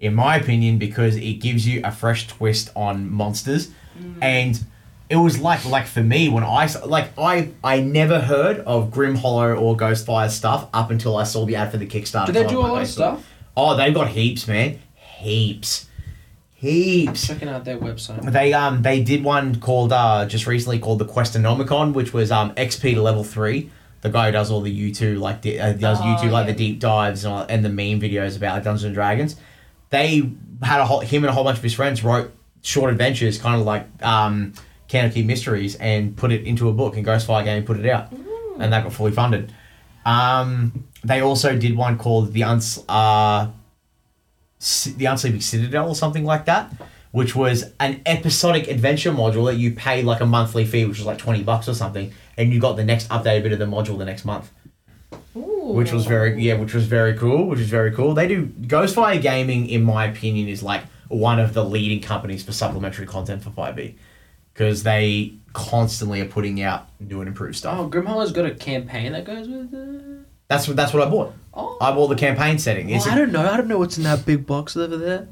In my opinion, because it gives you a fresh twist on monsters, Mm. and it was like like for me when I s- like I I never heard of Grim Hollow or Ghostfire stuff up until I saw the ad for the Kickstarter. Do they So do I'm a like, lot "Oh, of so-" stuff? Oh, they've got heaps, man, heaps, heaps. Checking out their website. They um they did one called uh just recently called the Questonomicon, which was um XP to level three. The guy who does all the U two like di- uh, does Oh, U two like yeah. the deep dives and, all, and the meme videos about like, Dungeons and Dragons. They had a whole him and a whole bunch of his friends wrote short adventures, kind of like um Canopy Mysteries, and put it into a book and Ghostfire Game put it out, and that got fully funded. Um, they also did one called the Uns uh, Si- the Unsleeping Citadel or something like that, which was an episodic adventure module that you pay like a monthly fee, which was like twenty bucks or something, and you got the next updated bit of the module the next month, Ooh. which was very yeah, which was very cool, which is very cool. They do Ghostfire Gaming, in my opinion, is like one of the leading companies for supplementary content for Five B, because they constantly are putting out new and improved stuff. Oh, Grimhollow's got a campaign that goes with. Uh... That's what that's what I bought. Oh. I bought the campaign setting. Well, It's I don't know. I don't know what's in that big box over there.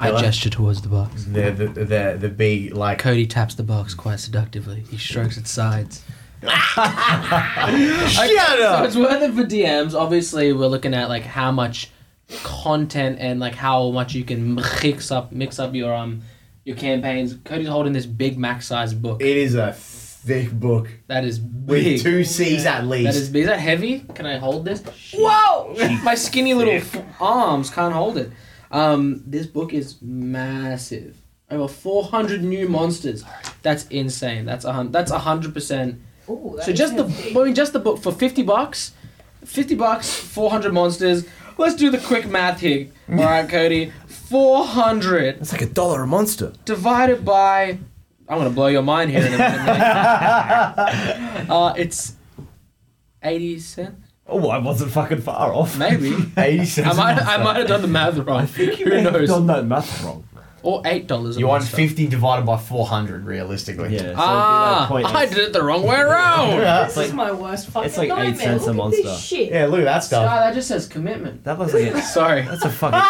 I gesture towards the box. the the the the big like Cody taps the box quite seductively. He strokes its sides. shut So up. it's worth it for DMs. Obviously, we're looking at like how much content and like how much you can mix up mix up your um your campaigns. Cody's holding this big Mac sized book. It is a thick book. That is big. with two C's at least. that is big. Is that heavy? Can I hold this? Whoa! My skinny little f- arms can't hold it. Um, this book is massive. Over 400 new monsters. That's insane. That's a hun- that's a hundred percent Ooh, that so is just the hefty. I mean, just the book for fifty bucks, fifty bucks, four hundred monsters. Let's do the quick math here. All right, Cody, four hundred It's like a dollar a monster. divided by. I'm gonna blow your mind here in a minute. mate. uh, it's eighty cent, Oh, I wasn't fucking far off. maybe. 80 cents. I a might monster. I might have done the math wrong. Who I've knows? done that math wrong. Or eight dollars. You want 50 divided by 400, realistically. Yeah. Ah, So it'd be like I did it the wrong way around. Yeah, This is my worst fucking it's like eight nightmare. cents a Look at this monster. shit. yeah look at that Sky, stuff. that just says commitment. That was like a, Sorry. that's a fucking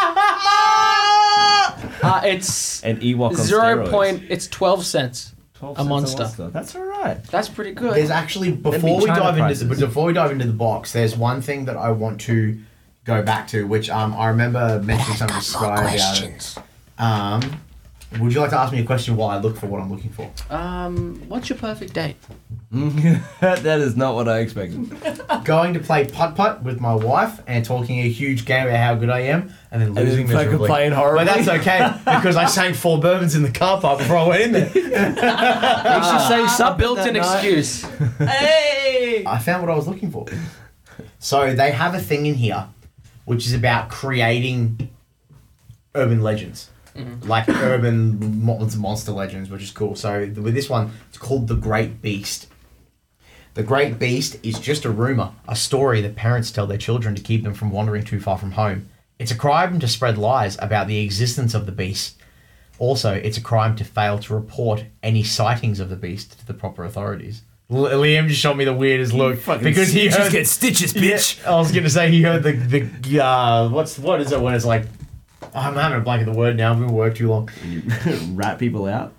Uh, it's an Ewok on zero steroids. point. It's twelve cents. 12 a cents monster. That's all right. That's pretty good. There's actually, before we, China dive into prices. the, before we dive into the box, there's one thing that I want to go back to, which um, I remember mentioning something to Sky about. it. Um, would you like to ask me a question while I look for what I'm looking for? Um, what's your perfect date? that is not what I expected. Going to play putt putt with my wife and talking a huge game about how good I am and then losing miserably. horror. But that's okay because I sank four bourbons in the car park before I went in there. a built-in excuse. Hey! I found what I was looking for. So they have a thing in here, which is about creating urban legends, like urban mon- monster legends, which is cool. So th- with this one, it's called the Great Beast. The Great Beast is just a rumor, a story that parents tell their children to keep them from wandering too far from home. It's a crime to spread lies about the existence of the beast. Also, it's a crime to fail to report any sightings of the beast to the proper authorities. L- Liam just showed me the weirdest look because he heard, just get stitches, Yeah, bitch. I was gonna say he heard the the uh, what's what is it when it's like I'm having a blank of the word now. I've been worked too long. Rat people out.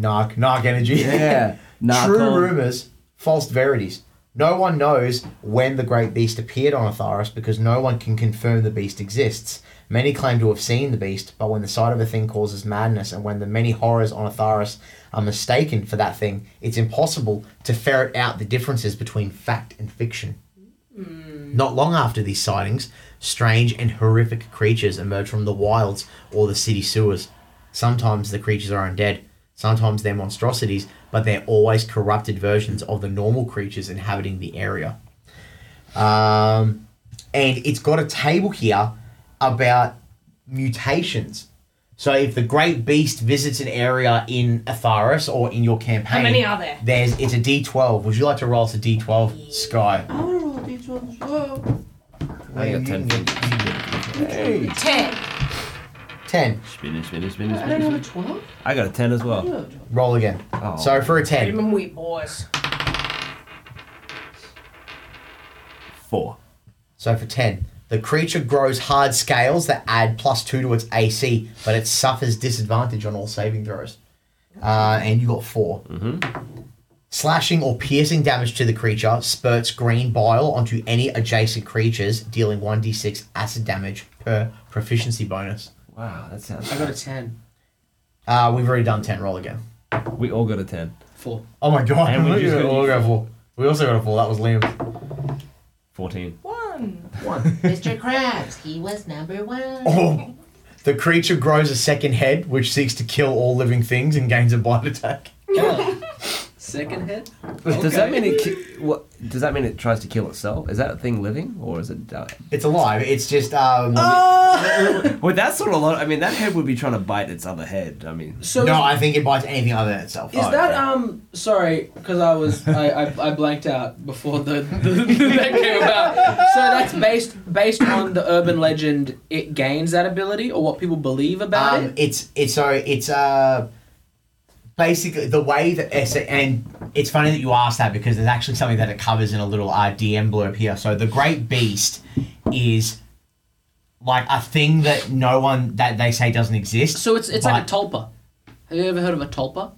Narc, narc energy. Yeah. Narc True on. rumors, false verities. No one knows when the great beast appeared on Atharis because no one can confirm the beast exists. Many claim to have seen the beast, but when the sight of a thing causes madness, and when the many horrors on Atharis are mistaken for that thing, it's impossible to ferret out the differences between fact and fiction. Not long after these sightings, strange and horrific creatures emerge from the wilds or the city sewers. Sometimes the creatures are undead, sometimes they're monstrosities, but they're always corrupted versions of the normal creatures inhabiting the area. Um, and it's got a table here about mutations. So if the great beast visits an area in Atharis or in your campaign, many are there? There's it's a D12. Would you like to roll us a D12, Sky? I want to roll these ones as well. I got 10 fingers. Hey. Ten. Ten. Spinner, spinner, spinner, I don't have spinner. a 12. I got a 10 as I don't well. have a 12. Roll again. Oh. So for a Oh. ten. Remember we boys. Four. So for 10, the creature grows hard scales that add plus 2 to its AC, but it suffers disadvantage on all saving throws. Uh, and you got 4. Mm-hmm. Slashing or piercing damage to the creature spurts green bile onto any adjacent creatures, dealing 1d6 acid damage per proficiency bonus. Wow, that sounds. I got a 10. Uh, we've already done 10. Roll again. We all got a 10. 4. Oh my god. And we we, just got- all got 4. We also got a 4. That was Liam. 14. One. Mr. Krabs, he was number one. Oh. The creature grows a second head, which seeks to kill all living things and gains a bite attack. Second head? Does that mean it? Ki- what? Does that mean it tries to kill itself? Is that a thing living or is it? Dead? It's alive. It's just um. Oh. Well, that's sort of lot. I mean, that head would be trying to bite its other head. I mean, So no, is- I think it bites anything other than itself. Is Oh, that okay. um? Sorry, because I was I, I, I blanked out before the, the, that came about. So that's based based on the urban legend. It gains that ability, or what people believe about um, it. it's it's so it's uh basically the way that it's, and it's funny that you asked that because there's actually something that it covers in a little uh, DM blurb here. So the Great Beast is like a thing that no one that they say doesn't exist. So it's it's like a but- tulpa. Have you ever heard of a tulpa?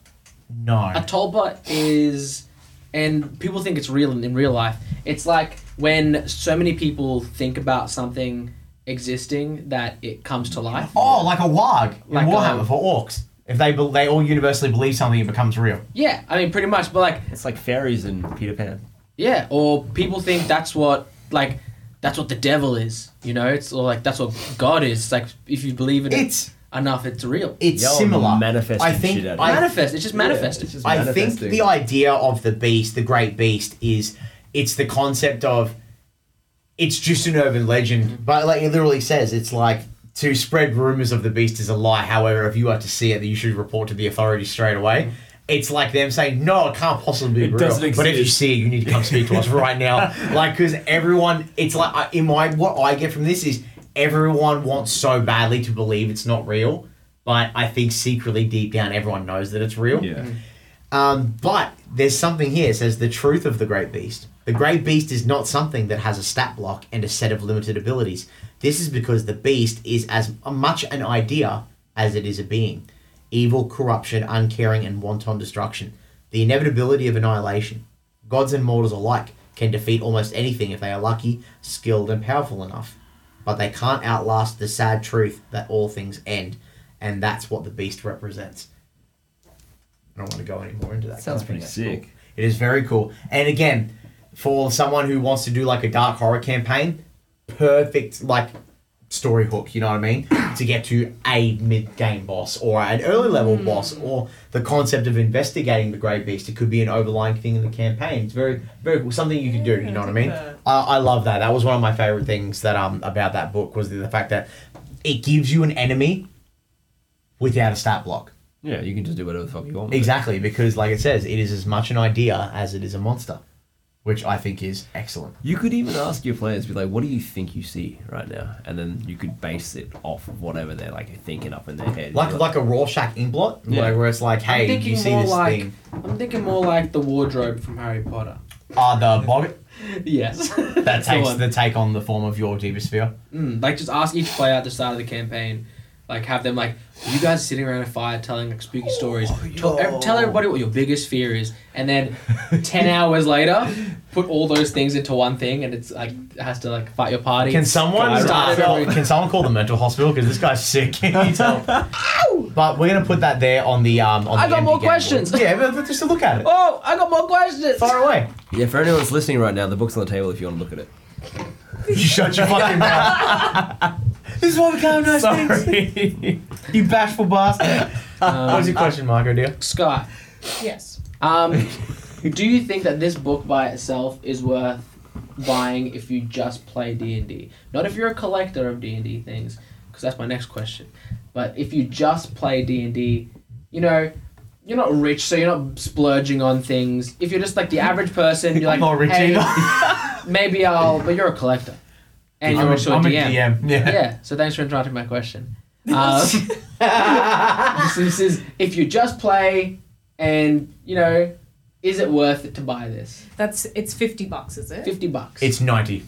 no. A tulpa is, and people think it's real in, in real life. It's like when so many people think about something existing that it comes to life. oh, like a warg in Like, Warhammer um, for orcs. If they be- they all universally believe something, it becomes real. Yeah, I mean pretty much. But like it's like fairies in Peter Pan. Yeah, or people think that's what like that's what the devil is. You know, it's or like that's what God is. It's like if you believe in It's it enough, it's real. it's Y'all similar. manifesting I think shit out of I- it. manifest. It's just manifest. It's just I think manifesting. the idea of the beast, the great beast, is it's the concept of it's just an urban Mm-hmm. legend, but like it literally says, it's like to spread rumors of the beast is a lie. However, if you are to see it, then you should report to the authorities straight away. It's like them saying, "No, it can't possibly be Mm-hmm. It real." doesn't But if you exist. see it, you need to come speak to us right now, like because everyone, it's like I- in my what I get from this is everyone wants so badly to believe it's not real, but I think secretly deep down, everyone knows that it's real. Yeah. Um, but there's something here. It says the truth of the Great Beast. The Great Beast is not something that has a stat block and a set of limited abilities. This is because the Beast is as much an idea as it is a being. Evil, corruption, uncaring, and wanton destruction. The inevitability of annihilation. Gods and mortals alike can defeat almost anything if they are lucky, skilled, and powerful enough. But they can't outlast the sad truth that all things end. And that's what the Beast represents. I don't want to go any more into that. Sounds 'cause I pretty think that's sick. cool. It is very cool. And again, for someone who wants to do like a dark horror campaign, perfect like story hook, you know what I mean? to get to a mid game boss or an early level boss or the concept of investigating the Great Beast. It could be an overlying thing in the campaign. It's very, very cool. Something you can do, you know what I mean? Yeah. I, I love that. That was one of my favorite things that um about that book was the, the fact that it gives you an enemy without a stat block. Yeah, you can just do whatever the fuck you want. with it. Exactly, because like it says, it is as much an idea as it is a monster, which I think is excellent. You could even ask your players, be like, "What do you think you see right now?" And then you could base it off of whatever they're like thinking up in their head. Like You're like a Rorschach inkblot, Yeah. like where it's like, I'm hey, thinking you see more this like thing? I'm thinking more like the wardrobe from Harry Potter. Ah, the bog Yes, that the takes one. the take on the form of your deepest fear. Mm, like just ask each player at the start of the campaign, like have them like you guys sitting around a fire telling like spooky stories. tell, ev- tell everybody what your biggest fear is, and then ten hours later, put all those things into one thing, and it's like it has to like fight your party. Can someone Guy uh, Raz. call- can someone call the mental hospital because this guy's sick? He needs help. but we're gonna put that there on the um. On I the got more empty game board. questions. Yeah, but, but just to look at it. Oh, I got more questions. Far away. Yeah, for anyone that's listening right now, the book's on the table if you want to look at it. You shut your fucking mouth. this is why we can't have nice Sorry. things. You bashful bastard. Uh, what was your question, Marco? Dear. Scott, Yes. um, do you think that this book by itself is worth buying if you just play D and D? Not if you're a collector of D and D things, because that's my next question. But if you just play D and D, you know. You're not rich, so you're not splurging on things. If you're just like the average person, you're like, I'm not rich hey, either. Maybe I'll. But you're a collector, and you're I'm, also a- a I'm a DM. DM. Yeah. Yeah. So thanks for interrupting my question. Um, this, is- this is if you just play, and you know, is it worth it to buy this? That's it's fifty bucks, is it? Fifty bucks. It's ninety.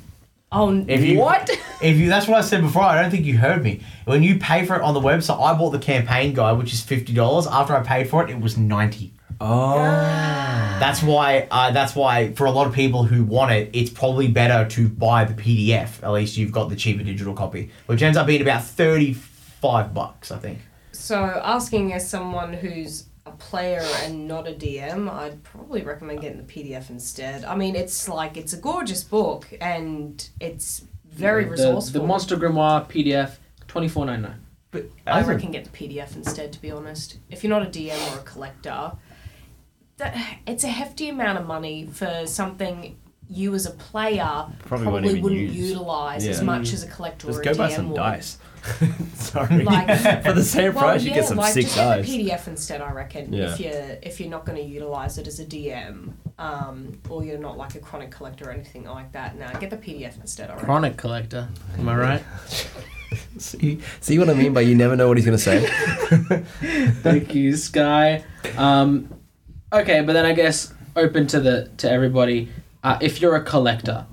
Oh, n- If you what? If you, that's what I said before. I don't think you heard me. When you pay for it on the website, I bought the campaign guide, which is fifty dollars. After I paid for it, it was ninety. Oh. That's why. Uh, that's why for a lot of people who want it, it's probably better to buy the PDF. At least you've got the cheaper digital copy, which ends up being about thirty-five bucks, I think. so asking as someone who's a player and not a DM, I'd probably recommend getting the PDF instead. I mean, it's like it's a gorgeous book and it's very The- resourceful. The Monster Grimoire PDF, twenty four ninety nine. But I reckon get the PDF instead, to be honest. If you're not a DM or a collector, that, it's a hefty amount of money for something you as a player probably, Probably won't even wouldn't use. utilize as Yeah. much as a collector Just or a go DM buy some would. dice. Sorry. Like- for the same Well, price, yeah, you get some like, sick just dice. get the PDF instead, I reckon. Yeah. If you're if you're not going to utilize it as a DM, um, or you're not like a chronic collector or anything like that, now get the PDF instead. I reckon. Chronic collector. Am I right? see, see what I mean by you never know what he's going to say? Thank you, Sky. Um, okay, but then I guess open to the to everybody. Uh, if you're a collector,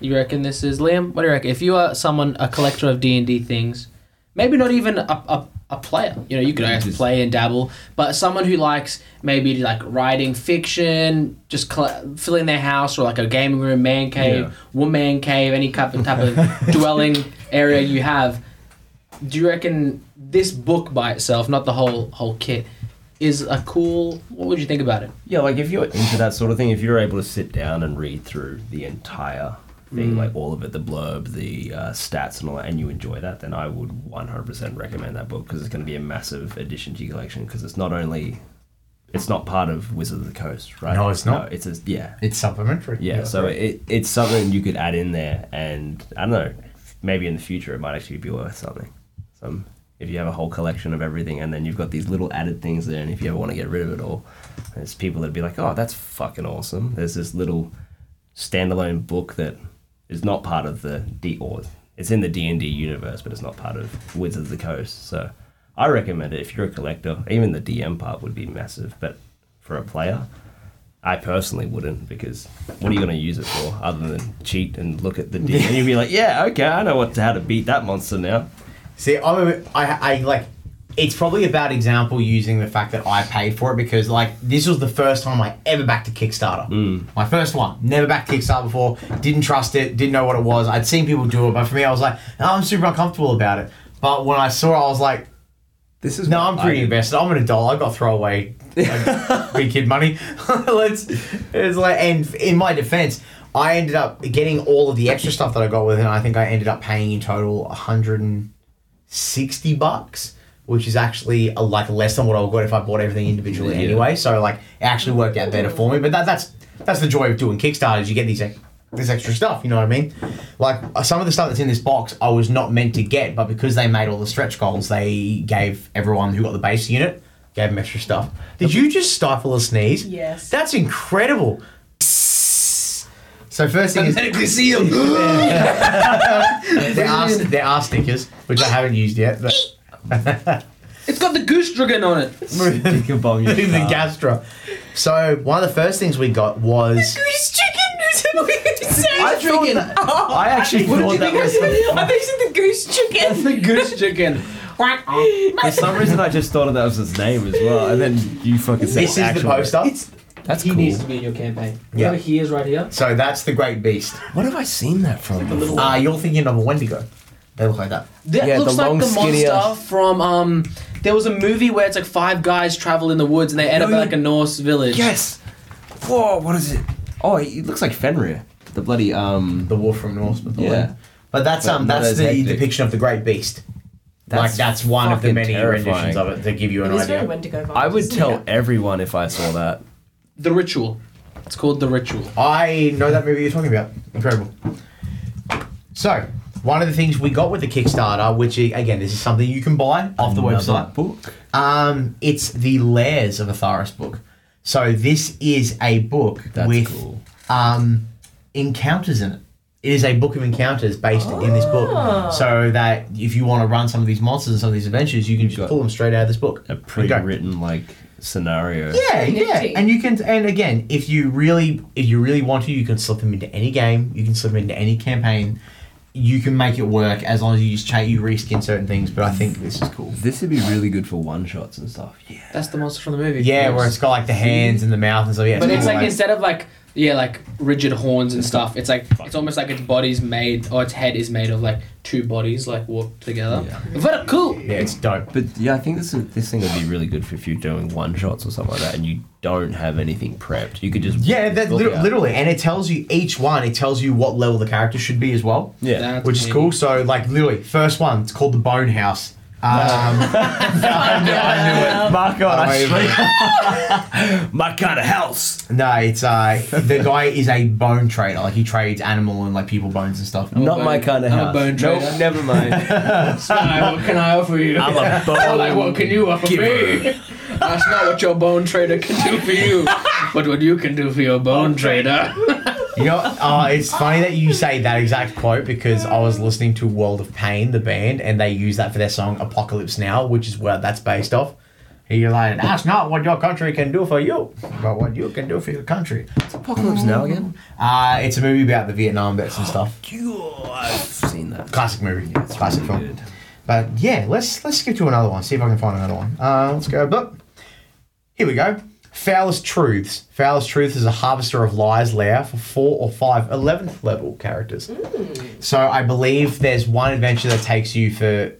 you reckon this is Liam? What do you reckon? If you are someone a collector of D and D things, maybe not even a, a, a player. You know, you could I guess, Just- play and dabble, but someone who likes maybe like writing fiction, just coll- filling their house or like a gaming room, man cave, Yeah. woman cave, any type of type of dwelling area you have do you reckon this book by itself, not the whole whole kit, is a cool? What would you think about it? Yeah, like if you're into that sort of thing, if you're able to sit down and read through the entire Mm. thing, like all of it, the blurb, the uh, stats, and all that, and you enjoy that, then I would 100% recommend that book because it's going to be a massive addition to your collection because it's not only. It's not part of Wizard of the Coast, right? No, it's not. it's a, yeah, It's supplementary. yeah. so it, it's something you could add in there, and I don't know, maybe in the future it might actually be worth something. Some if you have a whole collection of everything, and then you've got these little added things there, and if you ever want to get rid of it all, there's people that'd be like, "Oh, that's fucking awesome." There's this little standalone book that is not part of the D or it's in the D and D universe, but it's not part of Wizards of the Coast. So I recommend it if you're a collector. Even the DM part would be massive, but for a player, I personally wouldn't because what are you going to use it for other than cheat and look at the D? and you'd be like, yeah, okay, I know what how to beat that monster now. See, I, I, I like. It's probably a bad example using the fact that I paid for it because, like, this was the first time I ever backed a Kickstarter. My first one. Never backed Kickstarter before. Didn't trust it. Didn't know what it was. I'd seen people do it, but for me, I was like, "No, I'm super uncomfortable about it. But when I saw it, I was like, This is no, I'm pretty invested. I'm an adult. I've got throwaway like, big kid money. Let's. It's like, and in my defense, I ended up getting all of the extra stuff that I got with it. And I think I ended up paying in total 160 bucks, which is actually uh, like less than what I would got if I bought everything individually Yeah. anyway. So like, it actually worked out better for me. But that, that's that's the joy of doing Kickstarters. You get these. ex- This extra stuff, you know what I mean? Like uh, some of the stuff that's in this box, I was not meant to get, but because they made all the stretch goals, they gave everyone who got the base unit gave them extra stuff. Did you just stifle a sneeze? Yes. That's incredible. So first thing is medically sealed. there are there are stickers which I haven't used yet, but It's got the goose dragon on it. Think of bomb your in the car. gastro. So one of the first things we got was Goose chicken. I chicken. I actually thought that was I mentioned the goose chicken. the goose chicken. for some reason I just thought that was his name as well, and then you fucking said this is the actual- poster. That's he cool. needs to be in your campaign. Yeah. Whoever he is right here. So that's the Great Beast. What have I seen that from? the little- Ah, you're thinking of a Wendigo. They look like that. That Yeah, looks the long, like the skinny monster ass- from um. There was a movie where it's like five guys travel in the woods and they end up No, at like a Norse village. Yes. Whoa, what is it? Oh, it looks like Fenrir, the bloody um. The Wolf from Norseman. the Yeah. one. But that's But um not that's as the hectic. depiction of the Great Beast. like That's that's one of the fucking many terrifying. renditions of it to give you an It is very idea. Wendigo vibes. I would isn't tell it? everyone if I saw that. The Ritual. It's called The Ritual. I know that movie you're talking about. Incredible. So, one of the things we got with the Kickstarter, which i- again, this is something you can buy off the website. book. Um, it's the Lairs of Atharis book. So this is a book That's with cool. um, encounters in it. It is a book of encounters based in this Ah. book, so that if you want to run some of these monsters and some of these adventures, you can You've just got pull them straight out of this book. A and go. pre-written like scenario. Yeah, yeah, Nifty. and you can, and again, if you really, if you really want to, you can slip them into any game. You can slip them into any campaign. You can make it work as long as you just change, you reskin certain things. But I think this is cool. This would be really good for one shots and stuff. Yeah. That's the monster from the movie. Yeah, where it's got like the hands and the mouth and stuff. Yeah, But it's cool, like instead of like yeah like rigid horns and stuff, it's like it's almost like its body's made or its head is made of like two bodies like walked together. Very cool. yeah, it's dope. But yeah, I think this is, this thing would be really good for if you're doing one shots or something like that, and you don't have anything prepped. You could just Yeah, that look lit- out. literally, and it tells you each one. It tells you what level the character should be as well, Yeah. That's which is me. cool. So, like, literally, first one, it's called the Bone House. Um, I knew- I knew it. My God, I my kind of house. No, it's uh, the guy is a bone trader. Like he trades animal and like people bones and stuff. a Not my bone- kind of I'm a house. bone Nope, trader. never mind. Sky, what can I offer you? I'm a bone. like, what can you offer me? That's not what your bone trader can do for you, but what you can do for your bone trader. You know, uh, it's funny that you say that exact quote because I was listening to World of Pain, the band, and they use that for their song Apocalypse Now, which is where that's based off. And you're like, that's not what your country can do for you, but what you can do for your country. Apocalypse Now again. Uh, it's a movie about the Vietnam vets and stuff. I've seen that. Classic movie. Classic film. Good. But yeah, let's let's skip to another one. See if I can find another one. Uh, let's go. But here we go. Foulest Truths. Foulest Truth is a harvester of lies lair for four or five 11th level characters. So I believe there's one adventure that takes you for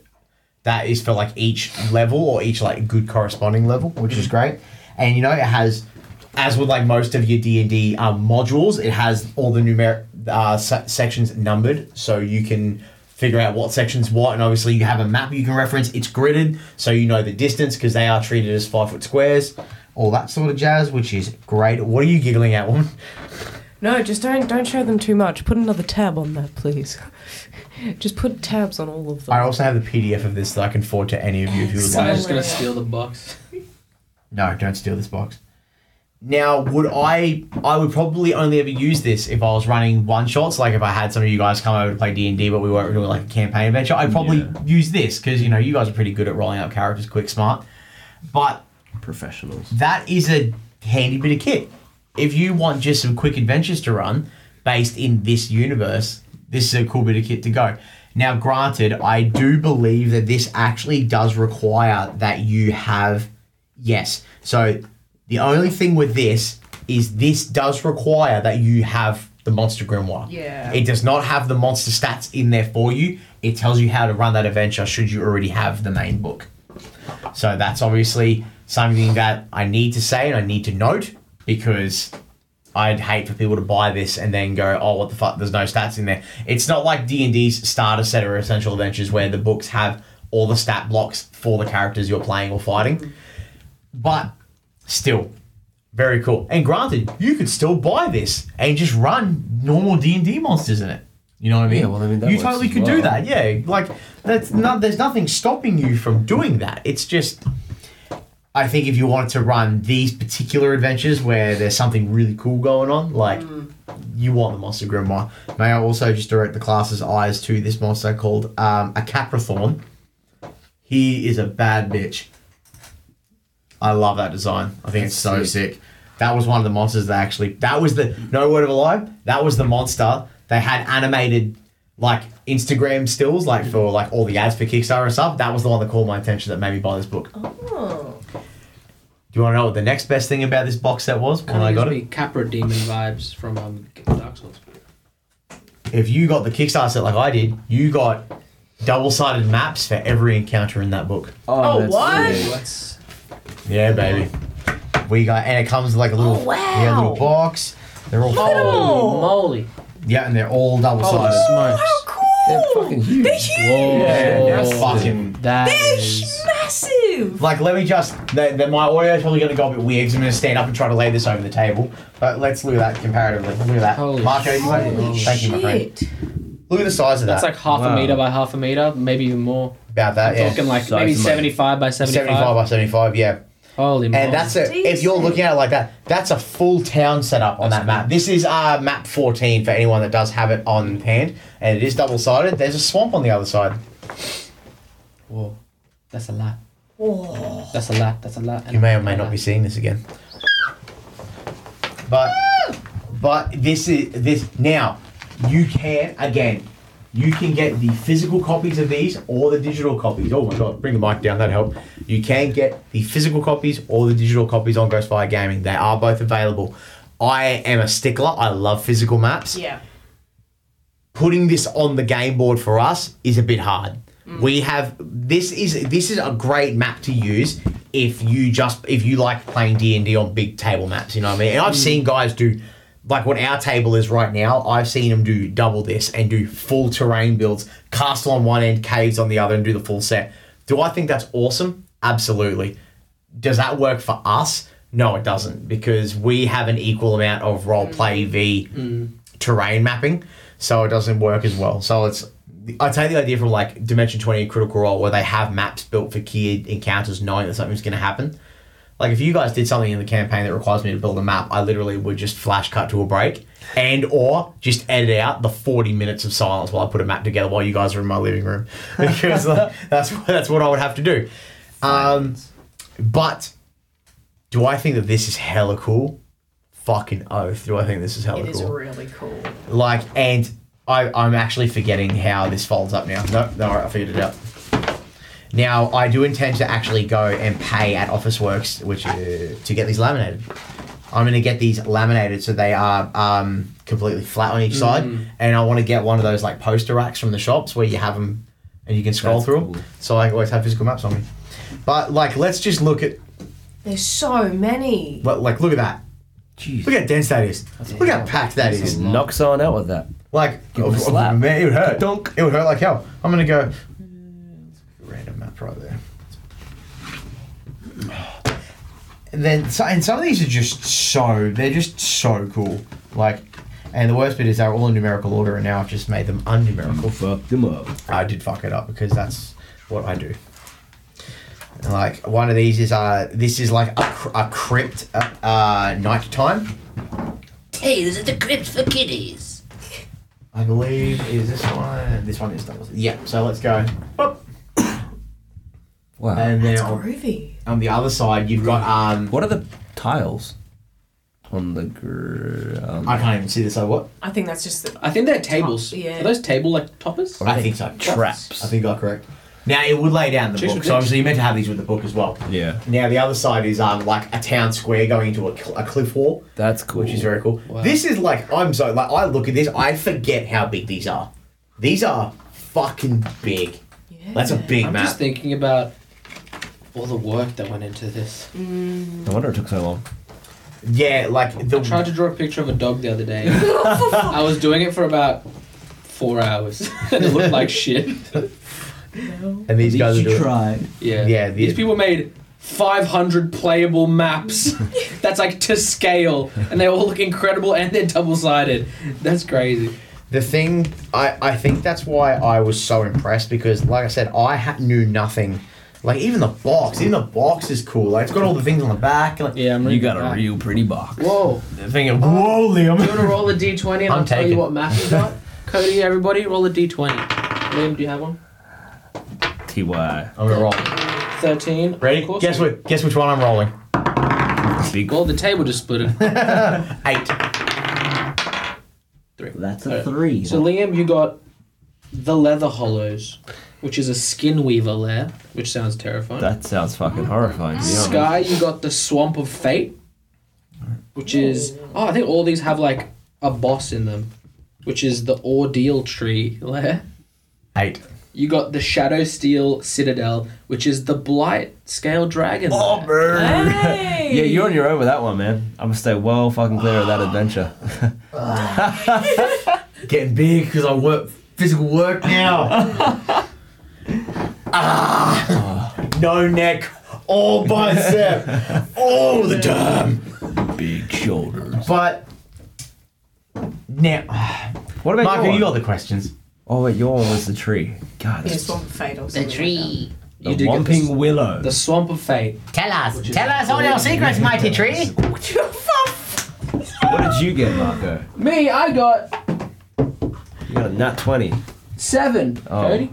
that is for like each level or each like good corresponding level, which is great. And you know it has, as with like most of your D and D um, modules, it has all the numeric uh, se- sections numbered, so you can figure out what sections what. And obviously you have a map you can reference. It's gridded, so you know the distance because they are treated as five foot squares, all that sort of jazz, which is great. What are you giggling at, woman? No, just don't don't show them too much. Put another tab on that, please. just put tabs on all of them. I also have the PDF of this that I can forward to any of you if you would like. Sky's just gonna steal the box. No, don't steal this box. Now, would I? I would probably only ever use this if I was running one shots. Like if I had some of you guys come over to play D and D, but we weren't doing like a campaign adventure. I'd probably use this because you know you guys are pretty good at rolling out characters quick, smart. But Professionals. that is a handy bit of kit. If you want just some quick adventures to run based in this universe, this is a cool bit of kit to go. Now, granted, I do believe that this actually does require that you have, yes. So the only thing with this is this does require that you have the monster grimoire. Yeah. It does not have the monster stats in there for you. It tells you how to run that adventure should you already have the main book. So that's obviously something that I need to say and I need to note because I'd hate for people to buy this and then go, "Oh, what the fuck? There's no stats in there." It's not like D and D's starter set or essential adventures where the books have all the stat blocks for the characters you're playing or fighting. But still, very cool. And granted, you could still buy this and just run normal D and D monsters in it. You know what I mean? Yeah, well, I mean, that you works totally as could do well. that. Yeah, like that's not. There's nothing stopping you from doing that. It's just I think if you wanted to run these particular adventures where there's something really cool going on, like you want the monster grimoire. May I also just direct the class's eyes to this monster called um, a Caprathorn. He is a bad bitch. I love that design. I think it's so sick. That was one of the monsters that actually. That was the no word of a lie. That was the monster they had animated like Instagram stills, like for like Oh. all the ads for Kickstarter and stuff. That was the one that caught my attention that made me buy this book. oh. you want to know what the next best thing about this box set was when Kind I of got gives it? me Capra Demon vibes from um, Dark Souls. If you got the Kickstarter set like I did, you got double-sided maps for every encounter in that book. Oh, that's what? sick. What's Yeah, baby. We got and it comes in like a little Oh, wow. yeah, little box. They're all at 'em all. Oh, Holy moly! yeah, and they're all double Holy sided. smokes! cool! They're fucking huge. They're huge! Whoa! Yeah, that's fucking- that They're is- massive! Like, let me just. That, that my audio is probably going to go a bit weird. 'cause I'm going to stand up and try to lay this over the table. But let's look at that comparatively. Look at that, Holy Marco. you like it? Holy Thank you, my friend. shit. Look at the size of that. That's like half Wow. a meter by half a meter, maybe even more. about that. Yeah, Talking like Size maybe of my- seventy-five by 75. 75 by 75. Yeah. Holy moly! And that's a, if you're Decent. looking at it like that, that's a full town setup on that map. This is uh, map 14 for anyone that does have it on hand, and it is double sided. There's a swamp on the other side. Whoa. That's a lot. Whoa. That's a lot. That's a lot. You may or may not be seeing this again. But but this is this now. You can again. You can get the physical copies of these or the digital copies. Oh my god, bring the mic down, that helped. You can get the physical copies or the digital copies on Ghostfire Gaming. They are both available. I am a stickler. I love physical maps Yeah. putting this on the game board for us is a bit hard. We have this is this is a great map to use if you just if you like playing D and D on big table maps. You know what I mean? And I've seen guys do like what our table is right now. I've seen them do double this and do full terrain builds, castle on one end, caves on the other, and do the full set. Do I think that's awesome? Absolutely. Does that work for us? No, it doesn't because we have an equal amount of role play v terrain mapping, so it doesn't work as well. So it's I take the idea from like Dimension Twenty and Critical Role, where they have maps built for key encounters, knowing that something's going to happen. Like if you guys did something in the campaign that requires me to build a map, I literally would just flash cut to a break and or just edit out the 40 minutes of silence while I put a map together while you guys are in my living room because like, that's that's what I would have to do. Um, but do I think that this is hella cool? Fucking oath. Do I think this is hella It cool? is really cool. Like, and I, I'm actually forgetting how this folds up now. No, no, I figured it out. Now, I do intend to actually go and pay at Office Works, which uh, to get these laminated. I'm going to get these laminated so they are um, completely flat Mm. on each side, and I want to get one of those like poster racks from the shops where you have them and you can scroll That's through 'em. cool. So I always have physical maps on me. But like, let's just look at There's so many. but, like look at that. Jeez. Look how dense that is. look how packed that is. Just knock someone out with that. Like, Give him a oh, slap. man, it would hurt. Donk. It would hurt like hell. I'm gonna go. Random map right there. And then, so, and some of these are just so they're just so cool. Like, and the worst bit is they're all in numerical order, and now I've just made them unnumerical. Fuck them up. I did fuck it up because that's what I do. Like one of these is uh this is like a, cr- a crypt uh, uh nighttime. Hey, this is the crypt for kitties. I believe is this one. This one is double. Yeah. So let's go. Boop. Wow. And then That's on, groovy. on the other side, you've got um. what are the tiles on the gr- um, I can't even see this. Like what? I think that's just the. I think they're tables. Yeah. Are those table like toppers? I think so. traps? I think I correct. Now it would lay down the Cheers book. for So tips. obviously you meant to have these with the book as well. yeah, Now the other side is um like a town square going into a, cl- a cliff wall, that's cool. which is very cool. Wow. This is like I'm so like I look at this, I forget how big these are. These are fucking big. Yeah. That's a big I'm map. just thinking about all the work that went into this. No wonder it took so long. yeah, like the I tried to draw a picture of a dog the other day. I was doing it for about four hours. and it looked like shit. and these guys are doing. tried. Yeah. Yeah, the- These people made 500 playable maps. That's like to scale, and they all look incredible, and they're double sided. That's crazy. The thing I, I think that's why I was so impressed because like I said I ha- knew nothing. Like even the box, even the box is cool. Like it's got all the things on the back. Like Yeah, I'm You got a back. real pretty box. Whoa! the thing of whoa, You Liam. want to roll a d20 and I'm I'll tell you taking- what map you got? Cody, everybody, roll a d20. Liam, do you have one? Ty, I'm gonna roll. 13. Ready? Of course. Guess what? Guess which one I'm rolling. big. Well, the table just split it. Eight. That's a three. So Liam, you got the Leather Hollows, which is a skin weaver lair, which sounds terrifying. That sounds fucking horrifying. to be honest. Sky, you got the Swamp of Fate, which is oh, I think all these have like a boss in them, which is the Ordeal Tree lair. Eight. You got the Shadow Steel Citadel, which is the Blight Scale Dragon. Oh, Yeah, you're on your own with that one, man. I'm gonna stay well fucking clear of that adventure. Getting big because I work physical work now. ah, no neck, all bicep, all the time. Big shoulders. But now, What about Marco, your you one? got the questions. Oh wait, your one was the tree. God, Yeah, swamp of fate or The something like tree. the You do get Whomping this- Willow. The Swamp of Fate. Tell us. Tell us all your secrets, mighty tree. What did you get, Marco? Me, I got You got a nat twenty. seven. Oh. Cody,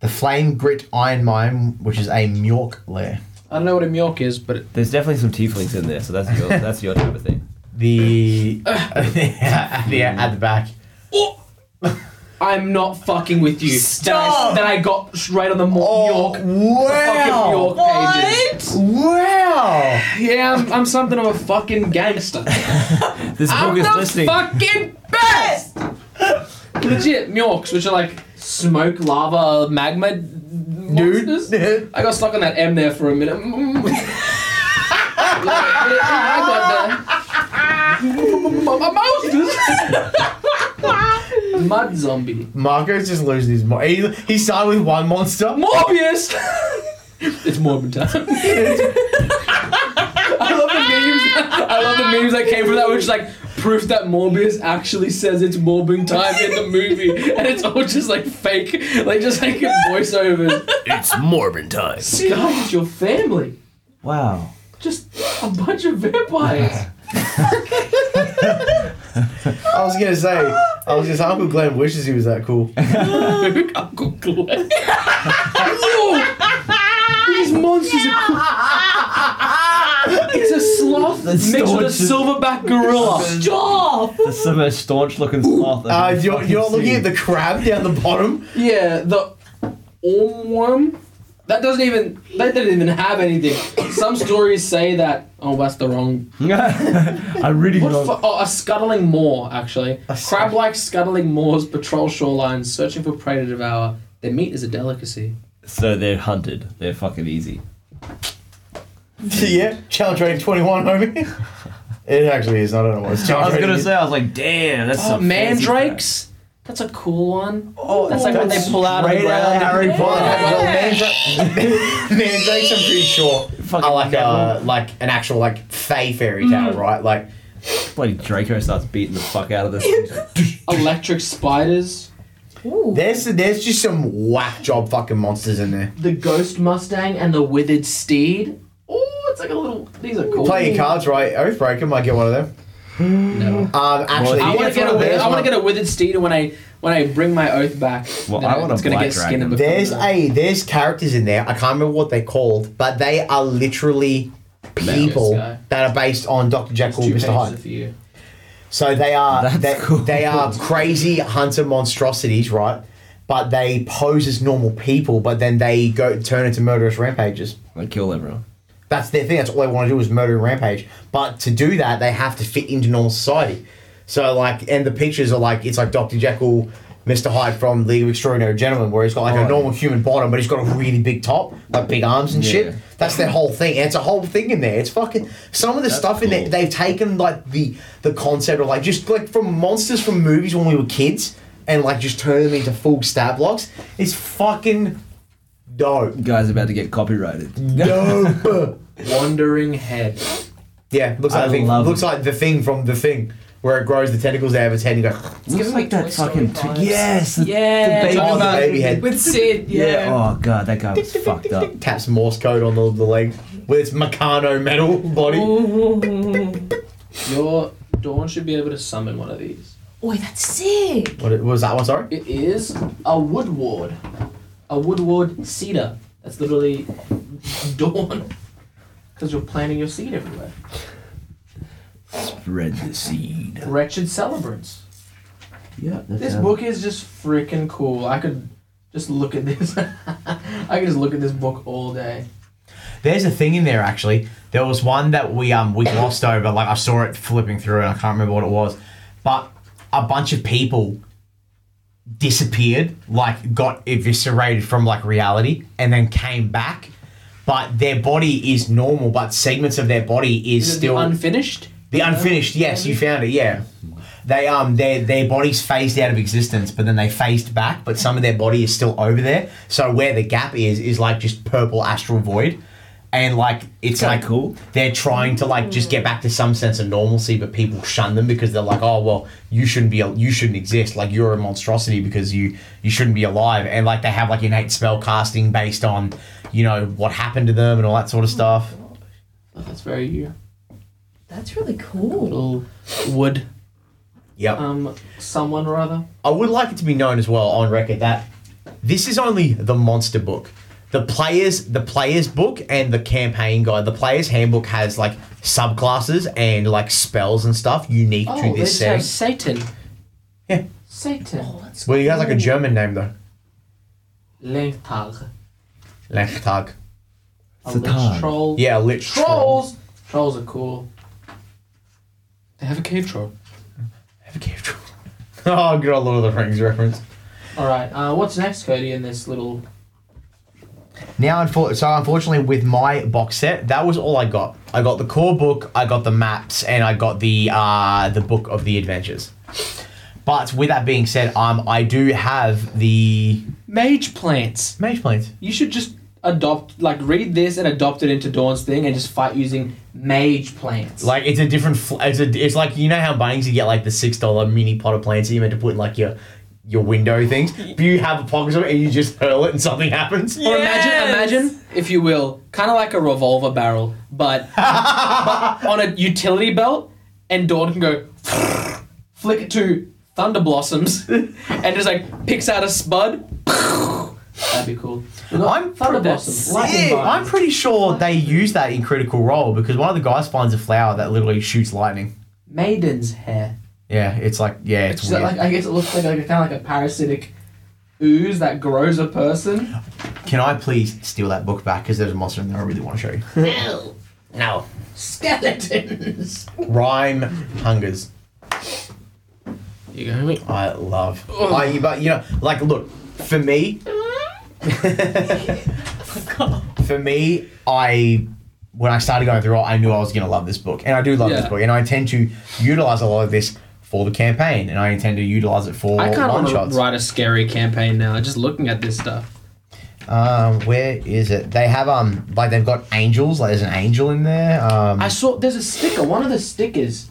The flame grit iron mime, which is a Mjork lair. I don't know what a Mjork is, but it, There's definitely some tieflings in there, so that's your that's your type of thing. The at the at the back. I'm not fucking with you. Stop! Oh. That I, got straight on the Mjork. Oh, fucking York wow! pages. Wow! Yeah, I'm, I'm something of a fucking gangster. This book I'm is the listening. fucking best. Legit Mjorks, which are like smoke, lava, magma monsters. Dude, I got stuck on that M there for a minute. Mm. Like, I got the monsters. Mud zombie. Marco's just losing his mind. He, he started with one monster. Morbius. it's Morbid time. I love the memes. I love the memes that came from that, which is like proof that Morbius actually says it's Morbin time in the movie, and it's all just like fake, like just like voiceovers. It's Morbin time. Sky is your family. Wow. Just a bunch of vampires. I was gonna say, I was just Uncle Glenn wishes he was that cool. Uncle Glenn. Whoa! These monsters are cool. It's a sloth That's mixed with a staunch- silverback gorilla. Stop! That's the most staunch looking sloth. Uh, I've you're fucking you're looking seen. at the crab down the bottom. Yeah, the orm worm. That doesn't even that doesn't even have anything. Some stories say that oh that's the wrong I really what don't. fu- oh, a scuttling moor actually. Crab like scuttling moors patrol shorelines searching for prey to devour. Their meat is a delicacy. so they're hunted. They're fucking easy. yeah, challenge rating 21, homie. It actually is. I don't know what it's I challenge was rating gonna is. say, I was like, damn, that's Oh some fancy crap. mandrakes? That's a cool one. Oh, That's like when they pull out of the straight ground. Harry Yeah. Potter. Well, mandra- mandrakes, I'm pretty sure, Fucking are like a, devil. like an actual like fey fairy tale, Mm. right? Like Bloody Draco starts beating the fuck out of this. thing. He's like, "Dush." Electric spiders. Ooh. there's there's just some whack job fucking monsters in there. The ghost mustang and the withered steed. Oh, it's like a little. These are cool. Play your cards right. Oathbreaker might get one of them. No. Um, actually, I he want to get gets one a of withered. theirs, I want one- to get a withered steed, and when I when I bring my oath back, Well, then I want a it's gonna black get skin dragon. and become There's black. a there's characters in there. I can't remember what they're called, but they are literally people guy. that are based on Dr. Jekyll and two Mr. Hyde. pages for you. So they are That's they, cool. they are crazy hunter monstrosities, right? But they pose as normal people, but then they go turn into murderous rampages. Like kill everyone. That's their thing. That's all they want to do is murder and rampage. But to do that, they have to fit into normal society. So like, and the pictures are like it's like Doctor Jekyll, Mister Hyde from League of Extraordinary Gentlemen, where he's got like Oh, a normal human bottom, but he's got a really big top, like big arms and Yeah. shit. That's their whole thing. And it's a whole thing in there. It's fucking some of the stuff in there. cool. They've taken like the the concept of like just like from monsters from movies when we were kids, and like just turn them into full stab locks. It's fucking dope. Guy's about to get copyrighted. Dope. Wandering head. Yeah, looks like I the thing. love Looks like the thing from the thing where it grows the tentacles out of its head and you go. Looks like Toy that Story fucking. vibes. T- yes! the- Yeah, The baby- Oh, the baby head. With Sid, yeah. yeah. Oh god, that guy was fucked up. Taps Morse code on the, the leg with its Meccano metal body. Your Dawn should be able to summon one of these. Oi, that's sick! What, it- what was that one? Sorry. It is a wood ward. A wood ward cedar. That's literally Dawn. Because you're planting your seed everywhere. Spread the seed. Wretched celebrants. Yeah, that This sounds- book is just freaking cool. I could just look at this. I could just look at this book all day. There's a thing in there actually. There was one that we um we glossed over. Like I saw it flipping through, and I can't remember what it was. But a bunch of people disappeared, like got eviscerated from like reality, and then came back. But their body is normal, but segments of their body is, Is it the still unfinished. The unfinished, yes, you found it. Yeah, they um their their bodies phased out of existence, but then they phased back. But some of their body is still over there. So where the gap is is like just purple astral void, and like it's like cool. They're trying to like just get back to some sense of normalcy, but people shun them because they're like, oh well, you shouldn't be al- you shouldn't exist. Like you're a monstrosity because you you shouldn't be alive. And like they have like innate spell casting based on you know what happened to them and all that sort of stuff. Oh, That's very you. That's really cool. Little wood. Yep. Um, someone or other. I would like it to be known as well on record that this is only the monster book. The players, the players book and the campaign guide. The players handbook has like subclasses and like spells and stuff unique Oh, to they this say set. Satan. Yeah. Satan. Oh, Well, you guys like a German name though. Leitag. Lechtag. A lich troll. Yeah, a lich troll. Trolls. Trolls are cool. They have a cave troll. Have a cave troll. Oh, good old Lord of the Rings reference. All right. Uh, what's next, Cody? In this little. Now, unfor- so unfortunately, with my box set, that was all I got. I got the core book, I got the maps, and I got the uh, the book of the adventures. But with that being said, um, I do have the Mage plants. mage planes. You should just adopt, like, read this and adopt it into Dawn's thing, and just fight using mage plants. Like it's a different. Fl- it's a. It's like you know how Bunnings you get like the six dollar mini pot of plants that you meant to put in like your your window things. But you have a pocket of it and you just hurl it and something happens. Or imagine, imagine, if you will, kind of like a revolver barrel, but, but on a utility belt, and Dawn can go flick it to thunder blossoms, and just like picks out a spud. That'd be cool. I'm thunder pretty, blossoms, lightning Yeah, I'm bugs. pretty sure they use that in Critical Role because one of the guys finds a flower that literally shoots lightning. Maiden's hair. Yeah, it's like yeah, it's Which is weird. like I guess it looks like, like kind of like a parasitic ooze that grows a person. Can I please steal that book back because there's a monster in there I really want to show you. No. No. Skeletons. Rhyme hungers. You go, mate. I love. I, but you know, like look for me. for me, I when I started going through it, I knew I was going to love this book, and I do love this Yeah. book, and I intend to utilize a lot of this for the campaign, and I intend to utilize it for I kind of one want shots. to write a scary campaign now. Just looking at this stuff. Um, where is it? They have um, like they've got angels. Like there's an angel in there. Um, I saw there's a sticker. One of the stickers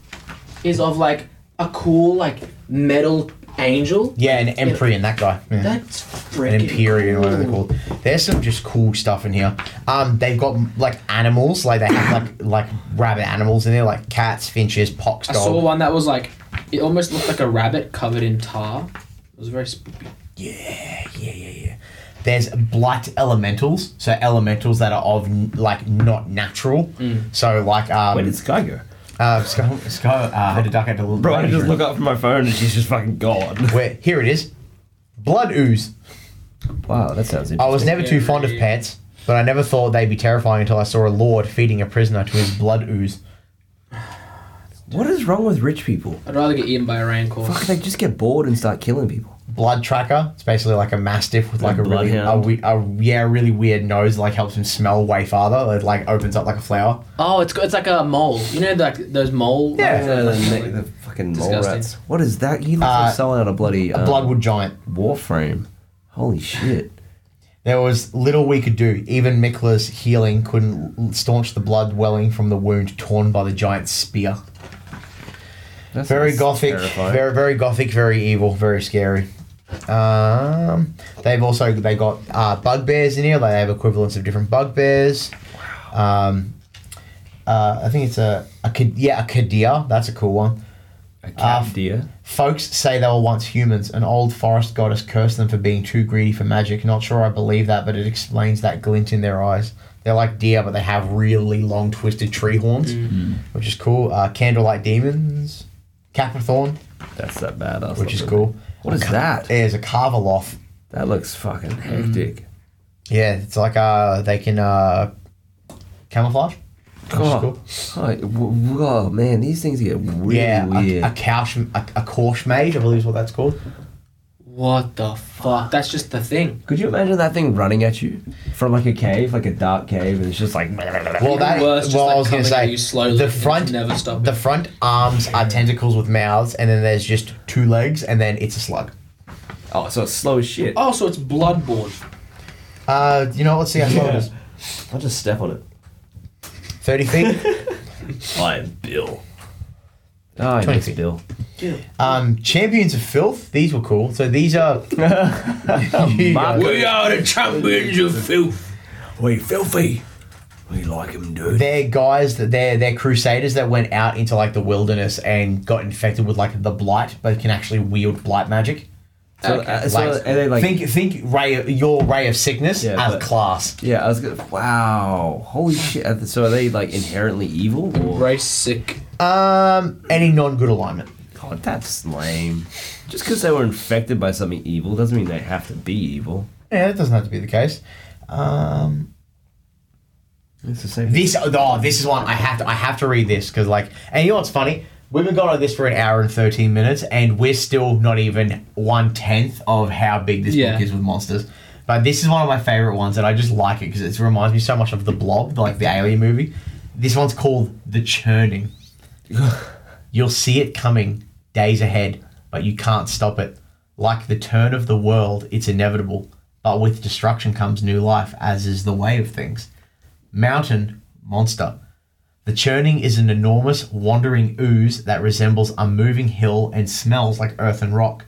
is of like a cool like metal angel. yeah, an emperor and that guy. Yeah. That's an freaking Empyrean or whatever they're called. There's some just cool stuff in here. Um, they've got like animals, like they have like like rabbit animals in there, like cats, finches, pox I saw dog. one that was like it almost looked like a rabbit covered in tar. It was very spooky. Yeah, yeah, yeah, yeah. There's blight elementals, so elementals that are of n- like not natural. Mm. So like um, Where did Sky go? uh, Sky, Sky uh, had a duck out to Bro, I just look up from my phone and she's just fucking gone. Where here it is, blood ooze. Wow, that sounds interesting. I was never too fond of Scary. pets, but I never thought they'd be terrifying until I saw a lord feeding a prisoner to his blood ooze. What is wrong with rich people? I'd rather get eaten by a rancor. Fuck, they just get bored and start killing people. blood tracker. It's basically like a mastiff with like, Like a really a, bloodhound. we- a yeah a really weird nose. that, Like helps him smell way farther. It like opens up like a flower. Oh, it's it's like a mole. You know, like those mole. Yeah. Uh, the, the fucking mole Disgusting. rats. What is that? You look Uh, like selling out a bloody A um, bloodwood giant. warframe. Holy shit. There was little we could do. Even Mikla's healing couldn't staunch the blood welling from the wound torn by the giant's spear. That Very sounds gothic, terrifying. very very gothic, very evil, very scary. Um, they've also they got uh, bugbears in here. They have equivalents of different bugbears. Um, uh, I think it's a, a ca- yeah a kadir. That's a cool one. A cat Uh, deer. Folks say they were once humans. An old forest goddess cursed them for being too greedy for magic. Not sure I believe that, but it explains that glint in their eyes. They're like deer, but they have really long, twisted tree horns, which is cool. Uh, candlelight demons, Capricorn, That's that badass. Which is looking. cool. What is Ca- that? There's a carver loft. That looks fucking Mm. hectic. Yeah, it's like uh they can uh camouflage. which is Oh, oh, w- whoa, man, these things get really yeah, weird. a, a couch, a, a course mage, I believe is what that's called. What the fuck? That's just the thing. Could you imagine that thing running at you from like a cave, like a dark cave, and it's just like. Well, that Worse, just well, like I was gonna coming at say you slowly the and it's front, never stopping. the front arms are tentacles with mouths, and then there's just two legs, and then it's a slug. Oh, so it's slow as shit. Oh, so it's Bloodborne. Uh, you know, let's see how slow it is. I'll just step on it. Thirty feet. I am Bill. Oh, Twenty it's feet. Bill. Um, Champions of Filth. These were cool. So these are. You Mark- go. are the champions of filth. We filthy. We like him, dude. they're guys that they're they're crusaders that went out into like the wilderness and got infected with like the blight, but can actually wield blight magic. So, uh, so are they like- think think ray your ray of sickness Yeah, as but- class. Yeah, I was gonna. Wow, holy shit! Are th- So are they like inherently evil? Or? Race sick. Um, any non good alignment. God, that's lame. Just because they were infected by something evil doesn't mean they have to be evil. Yeah, that doesn't have to be the case. Um, It's the same. This oh, this is one I have to I have to read this because like and you know what's funny? We've been going on this for an hour and thirteen minutes, and we're still not even one tenth of how big this Yeah. book is with monsters. But this is one of my favorite ones, and I just like it because it reminds me so much of the Blob, like the Alien movie. This one's called The Churning. You'll see it coming days ahead, but you can't stop it. Like the turn of the world, it's inevitable. But with destruction comes new life, as is the way of things mountain monster. The churning is an enormous wandering ooze that resembles a moving hill and smells like earth and rock.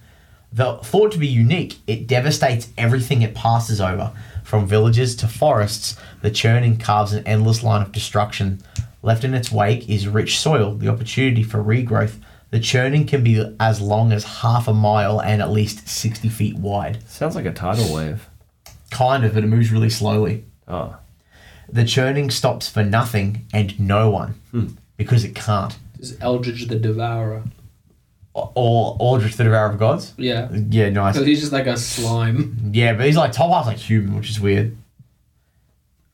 Though thought to be unique, it devastates everything it passes over. From villages to forests, the churning carves an endless line of destruction. Left in its wake is rich soil, the opportunity for regrowth. The churning can be as long as half a mile and at least 60 feet wide. Sounds like a tidal wave. Kind of, but it moves really slowly. Oh, The churning stops for nothing and no one because it can't. Is Eldridge the Devourer? Or- Or Aldrich the Devourer of Gods. Yeah. Yeah, nice. So he's just like a slime. Yeah, but he's like top half's like human, which is weird.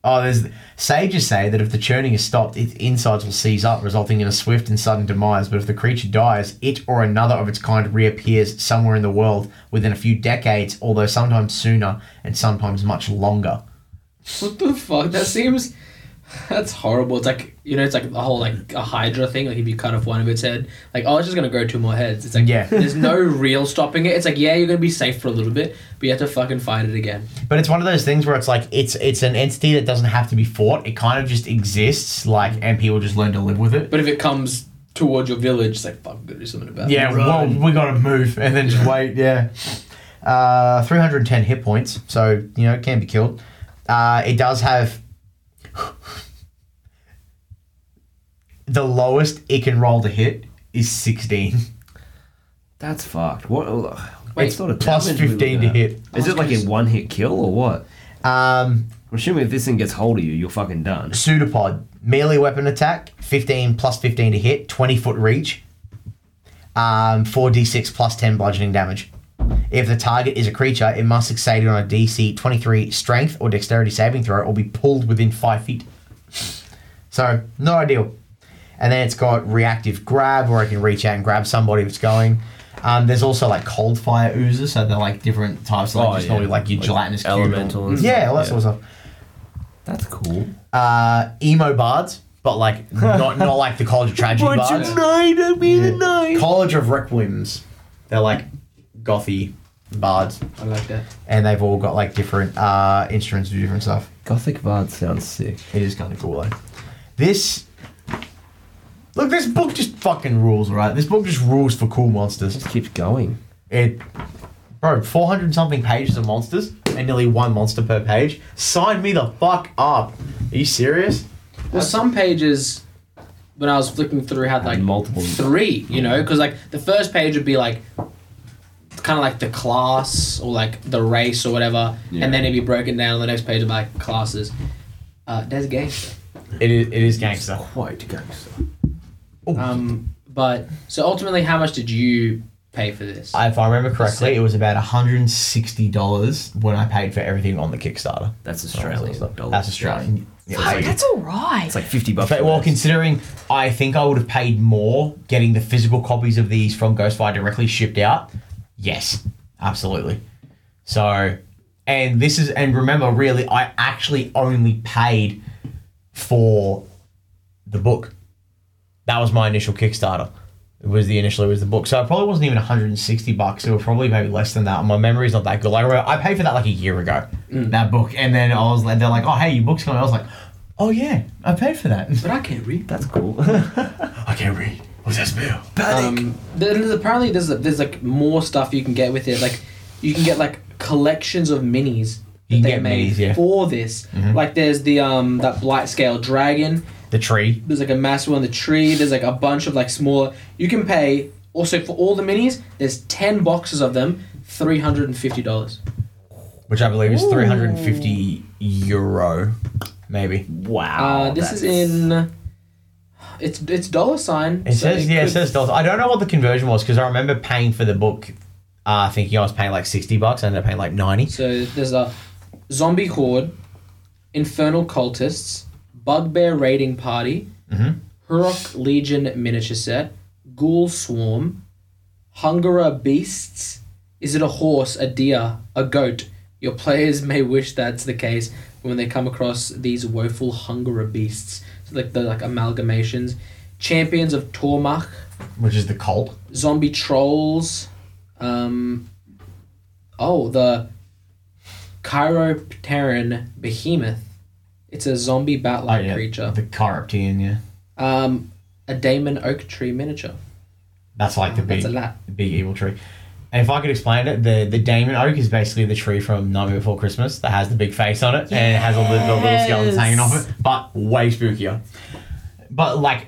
Oh, there's sages say that if the churning is stopped, its insides will seize up, resulting in a swift and sudden demise. But if the creature dies, it or another of its kind reappears somewhere in the world within a few decades, although sometimes sooner and sometimes much longer. What the fuck? That seems. That's horrible. It's like you know, it's like the whole like a Hydra thing. Like if you cut off one of its head, like oh, it's just gonna grow two more heads. It's like Yeah. there's no real stopping it. It's like yeah, you're gonna be safe for a little bit, but you have to fucking fight it again. But it's one of those things where it's like it's it's an entity that doesn't have to be fought. It kind of just exists, like, and people just learn to live with it. But if it comes towards your village, it's like fuck, we gotta do something about Yeah, it. well, we gotta move and then just wait. Yeah, uh, three hundred and ten hit points, so you know it can be killed. Uh, it does have the lowest it can roll to hit is sixteen that's fucked. What? ugh, Wait, it's not a plus damage we look 15 to at. hit. Is it like a one hit kill or what? um, I'm assuming if this thing gets hold of you, you're fucking done. pseudopod melee weapon attack fifteen plus fifteen to hit twenty foot reach um, 4d6 plus 10 bludgeoning damage. If the target is a creature, it must succeed on a DC 23 strength or dexterity saving throw or be pulled within 5 feet. So, not ideal. And then it's got reactive grab where it can reach out and grab somebody if it's going. Um, there's also like cold fire oozes, so they're like different types, like Oh, just yeah. normally like your Like gelatinous cube. elemental and yeah, stuff, all that yeah. sort of stuff That's cool. uh, emo bards, but like not not like the College of Tragedy bards. night, I mean Yeah. College of Requiems. They're like gothy bards, I like that. and they've all got like different uh, instruments and different stuff. Gothic Bard sounds sick. It is kind of cool though. This look, this book just fucking rules, right? This book just rules for cool It monsters. just keeps going. It. Bro, 400 something pages of monsters and nearly one monster per page. Sign me the fuck up. Are you serious? Well, some pages, when I was flicking through, had like Had multiple- three. You know, because like the first page would be like kind of like the class or like the race or whatever, Yeah. and then it'd be broken down. on The next page would be like classes. Uh, there's gangster. It is, it is gangster. Quite gangster. Um, but so ultimately, how much did you pay for this. If I remember correctly, it was about $160 when I paid for everything on the Kickstarter. That's Australian. That's Australian. Yeah. Fuck, that's all right. It's like 50 bucks. But, well, considering I think I would have paid more getting the physical copies of these from Ghostfire directly shipped out. Yes, absolutely. So, and this is, and remember, really, I actually only paid for the book. That was my initial Kickstarter. It was the initially was the book, so it probably wasn't even 160 bucks. It was probably maybe less than that. My memory's not that good. Like I remember I paid for that like a year ago, that book, and then I was like, they're like, oh hey, your book's coming. I was like, oh yeah, I paid for that. But I can't read. That's cool. I can't read. What's that spell? Um, there- there's- apparently, there's there's like more stuff you can get with it. Like you can get like collections of minis that You can they get made minis, yeah. for this. Mhm. Like there's the um that blight scale dragon. The tree. There's like a massive one, the tree. There's like a bunch of like smaller. You can pay also for all the minis. There's ten boxes of them, three hundred and fifty dollars. Which I believe is 350 euro, maybe. Wow. Uh, Oh, this is in. It's it's dollar sign. It so says yeah, it could- says dollars. I don't know what the conversion was because I remember paying for the book, uh, thinking I was paying like 60 bucks. I ended up paying like 90. So there's a zombie horde, infernal cultists, bugbear raiding party, Mhm. Hurok Legion miniature set, ghoul swarm, hungerer beasts. Is it a horse, a deer, a goat? Your players may wish that's the case when they come across these woeful hungerer beasts. So like they're like amalgamations. Champions of Tormach, Which is the cult. zombie trolls. Um, oh, the Chiropteran behemoth. It's a zombie Oh, bat-like creature. Oh, The Chiroptean, yeah. Um, a Damon oak tree miniature. That's like the big, That's a lot. the big evil tree. And if I could explain it, the the Damon Oak is basically the tree from Nightmare Before Christmas that has the big face on it and it has all the, the little skeletons hanging off it, but way spookier. But like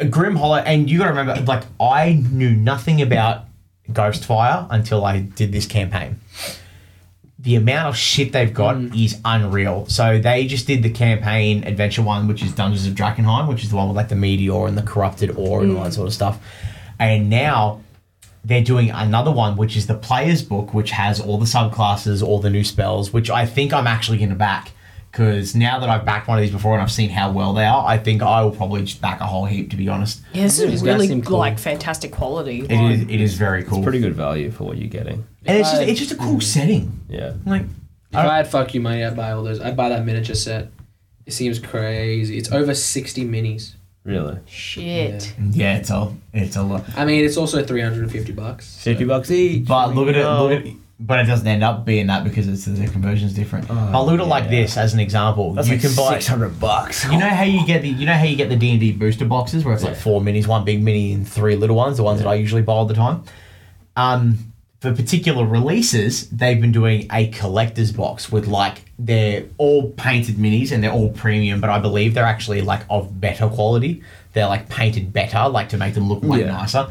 a Grim Hollow, and you got to remember, like I knew nothing about Ghostfire until I did this campaign. The amount of shit they've got Mm. is unreal. So they just did the campaign adventure one, which is Dungeons of Drakenheim, which is the one with like the meteor and the corrupted ore and all Mm. that sort of stuff. And now they're doing another one, which is the player's book, which has all the subclasses, all the new spells, which I think I'm actually going to back. Because now that I've backed one of these before and I've seen how well they are, I think I will probably just back a whole heap, to be honest. Yeah, this These is guys really seem cool. like fantastic quality. It is, it is very cool. It's pretty good value for what you're getting. and it's just, it's just a cool setting. Yeah. Like, If I had fuck you money, I'd buy all those. I'd buy that miniature set. It seems crazy. It's over sixty minis. Really. Shit. yeah, it's a, it's a lot. I mean, it's also three hundred and fifty bucks. so- 50 bucks each. But look at it, look at But it doesn't end up being that because it's the conversion's different. but look at it like this as an example. Oh, That's you like can buy 600 bucks. You know how you get the you know how you get the D and D booster boxes where it's like four minis, one big mini, and three little ones. The ones that I usually buy all the time. Um, for particular releases, they've been doing a collector's box with like they're all painted minis and they're all premium, but I believe they're actually like of better quality. They're like painted better, like to make them look way Yeah. nicer.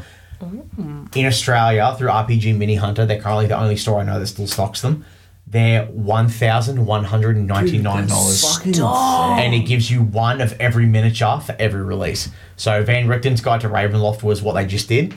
In Australia, through RPG Mini Hunter, they're currently the only store I know that still stocks them. They're one thousand one hundred and ninety nine dollars and it gives you one of every miniature for every release. So Van Richten's Guide to Ravenloft was what they just did.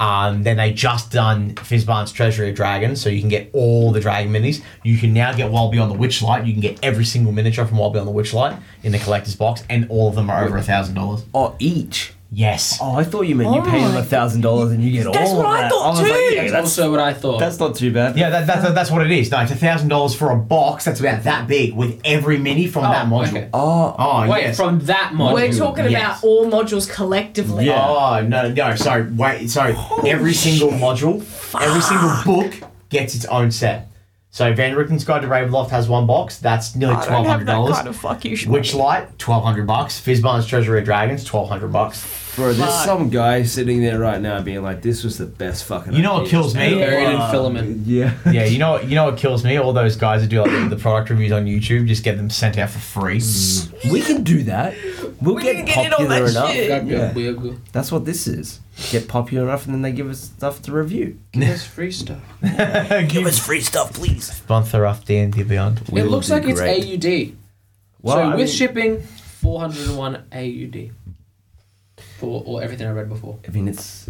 Um, then they just done Fizban's Treasury of Dragons, so you can get all the dragon minis. You can now get Wild Beyond the Witchlight. You can get every single miniature from Wild Beyond the Witchlight in the collector's box, and all of them are over a thousand dollars. Oh, each. Yes. Oh, I thought you meant you pay them a thousand dollars and you get That's all what of I that. thought was like, too. yeah, That's that's, also what I thought. that's not too bad. Yeah, that, that's, that's what it is. No, it's a thousand dollars for a box that's about that big with every mini from that module. okay. Oh, Oh, Wait, yes. from that module. We're talking Yes. about all modules collectively. Yeah. Oh no, no, sorry, wait, sorry. every single module, every single book gets its own set. So Van Richten's Guide to Ravenloft has one box. That's nearly I don't twelve Oh, have hundred that dollars. kind of fuck you shit. Witchlight, twelve hundred bucks. Fizban's Treasury of Dragons, twelve hundred bucks. bro, there's Fuck. some guy sitting there right now being like, "This was the best fucking." You know what kills me? Buried in filament. Yeah. Yeah, you know, you know what kills me? All those guys that do like the product reviews on YouTube, just get them sent out for free. we can do that. We'll We get can get in on popular that enough. shit. Got Yeah. good, we're good. That's what this is. Get popular enough, and then they give us stuff to review. That's free stuff. Give us free stuff, please. Month or off D and D Beyond. It Will looks do like it's great. AUD. Well, so I with mean- shipping, 401 AUD. for or everything I read before. I mean, it's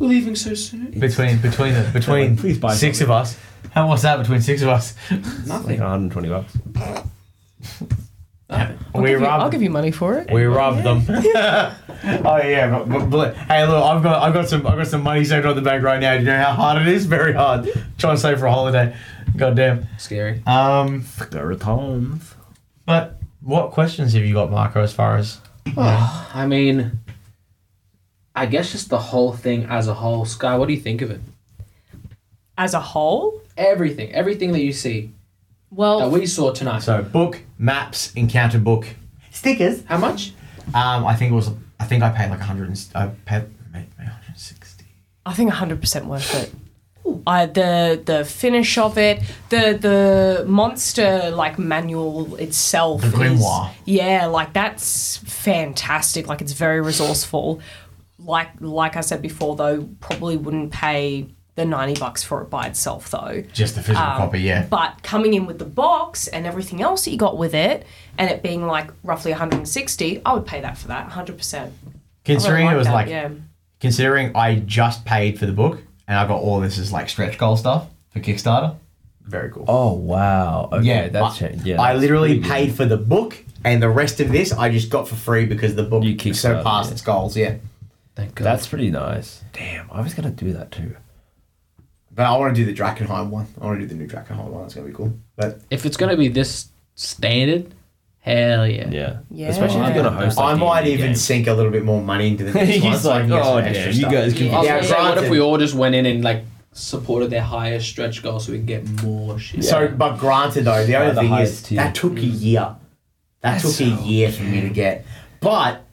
Leaving so soon? Between between the between Please buy six of us. How what's that between six of us? like Nothing. 120 bucks. I'll, we give you, robbed I'll give you money for it. We robbed them. oh yeah, but, but, but- hey, look, I've got I've got some I've got some money saved on the bank right now. Do you know how hard it is? Very hard. Trying to save for a holiday. Goddamn. Scary. Um, There are times. but what questions have you got, Marco? As far as I mean, I guess just the whole thing as a whole. Sky, what do you think of it? As a whole? Everything, everything that you see that Well, we saw tonight. so book maps encounter book stickers. How much? Um, I think it was I think I paid like a hundred. and- I paid maybe one hundred sixty. I think 100% worth it. I the the finish of it, the the monster like manual itself. The grimoire. Is, yeah, like that's fantastic. Like it's very resourceful. Like like I said before, though, probably wouldn't pay the ninety bucks for it by itself, though. Just the physical Um, copy, yeah. But coming in with the box and everything else that you got with it, and it being like roughly 160, I would pay that for that 100%. Considering it was that, like yeah. considering I just paid for the book and I got all this as like stretch goal stuff for Kickstarter. Very cool. Oh, wow. Okay, yeah, that's I, changed. Yeah, I that's literally pretty good. paid for the book, and the rest of this I just got for free because the book You Kickstarted surpassed it. its goals. Yeah, Thank God. That's pretty nice. Damn, I was gonna do that too. but I want to do the Drakenheim one. I want to do the new Drakenheim one. It's gonna be cool. But if it's gonna be this standard, hell yeah. Yeah. Yeah. Especially if you're gonna host. I like, might D&D even games. sink a little bit more money into the next one. He's so I like, can get some oh extra damn, you stuff." guys can. I was Yeah, gonna say, what if granted. we all just went in and like supported their higher stretch goals so we can get more shit? So, but granted though, the Like other the thing is highest tier. that took a Mm. year. That took a year for me to get, but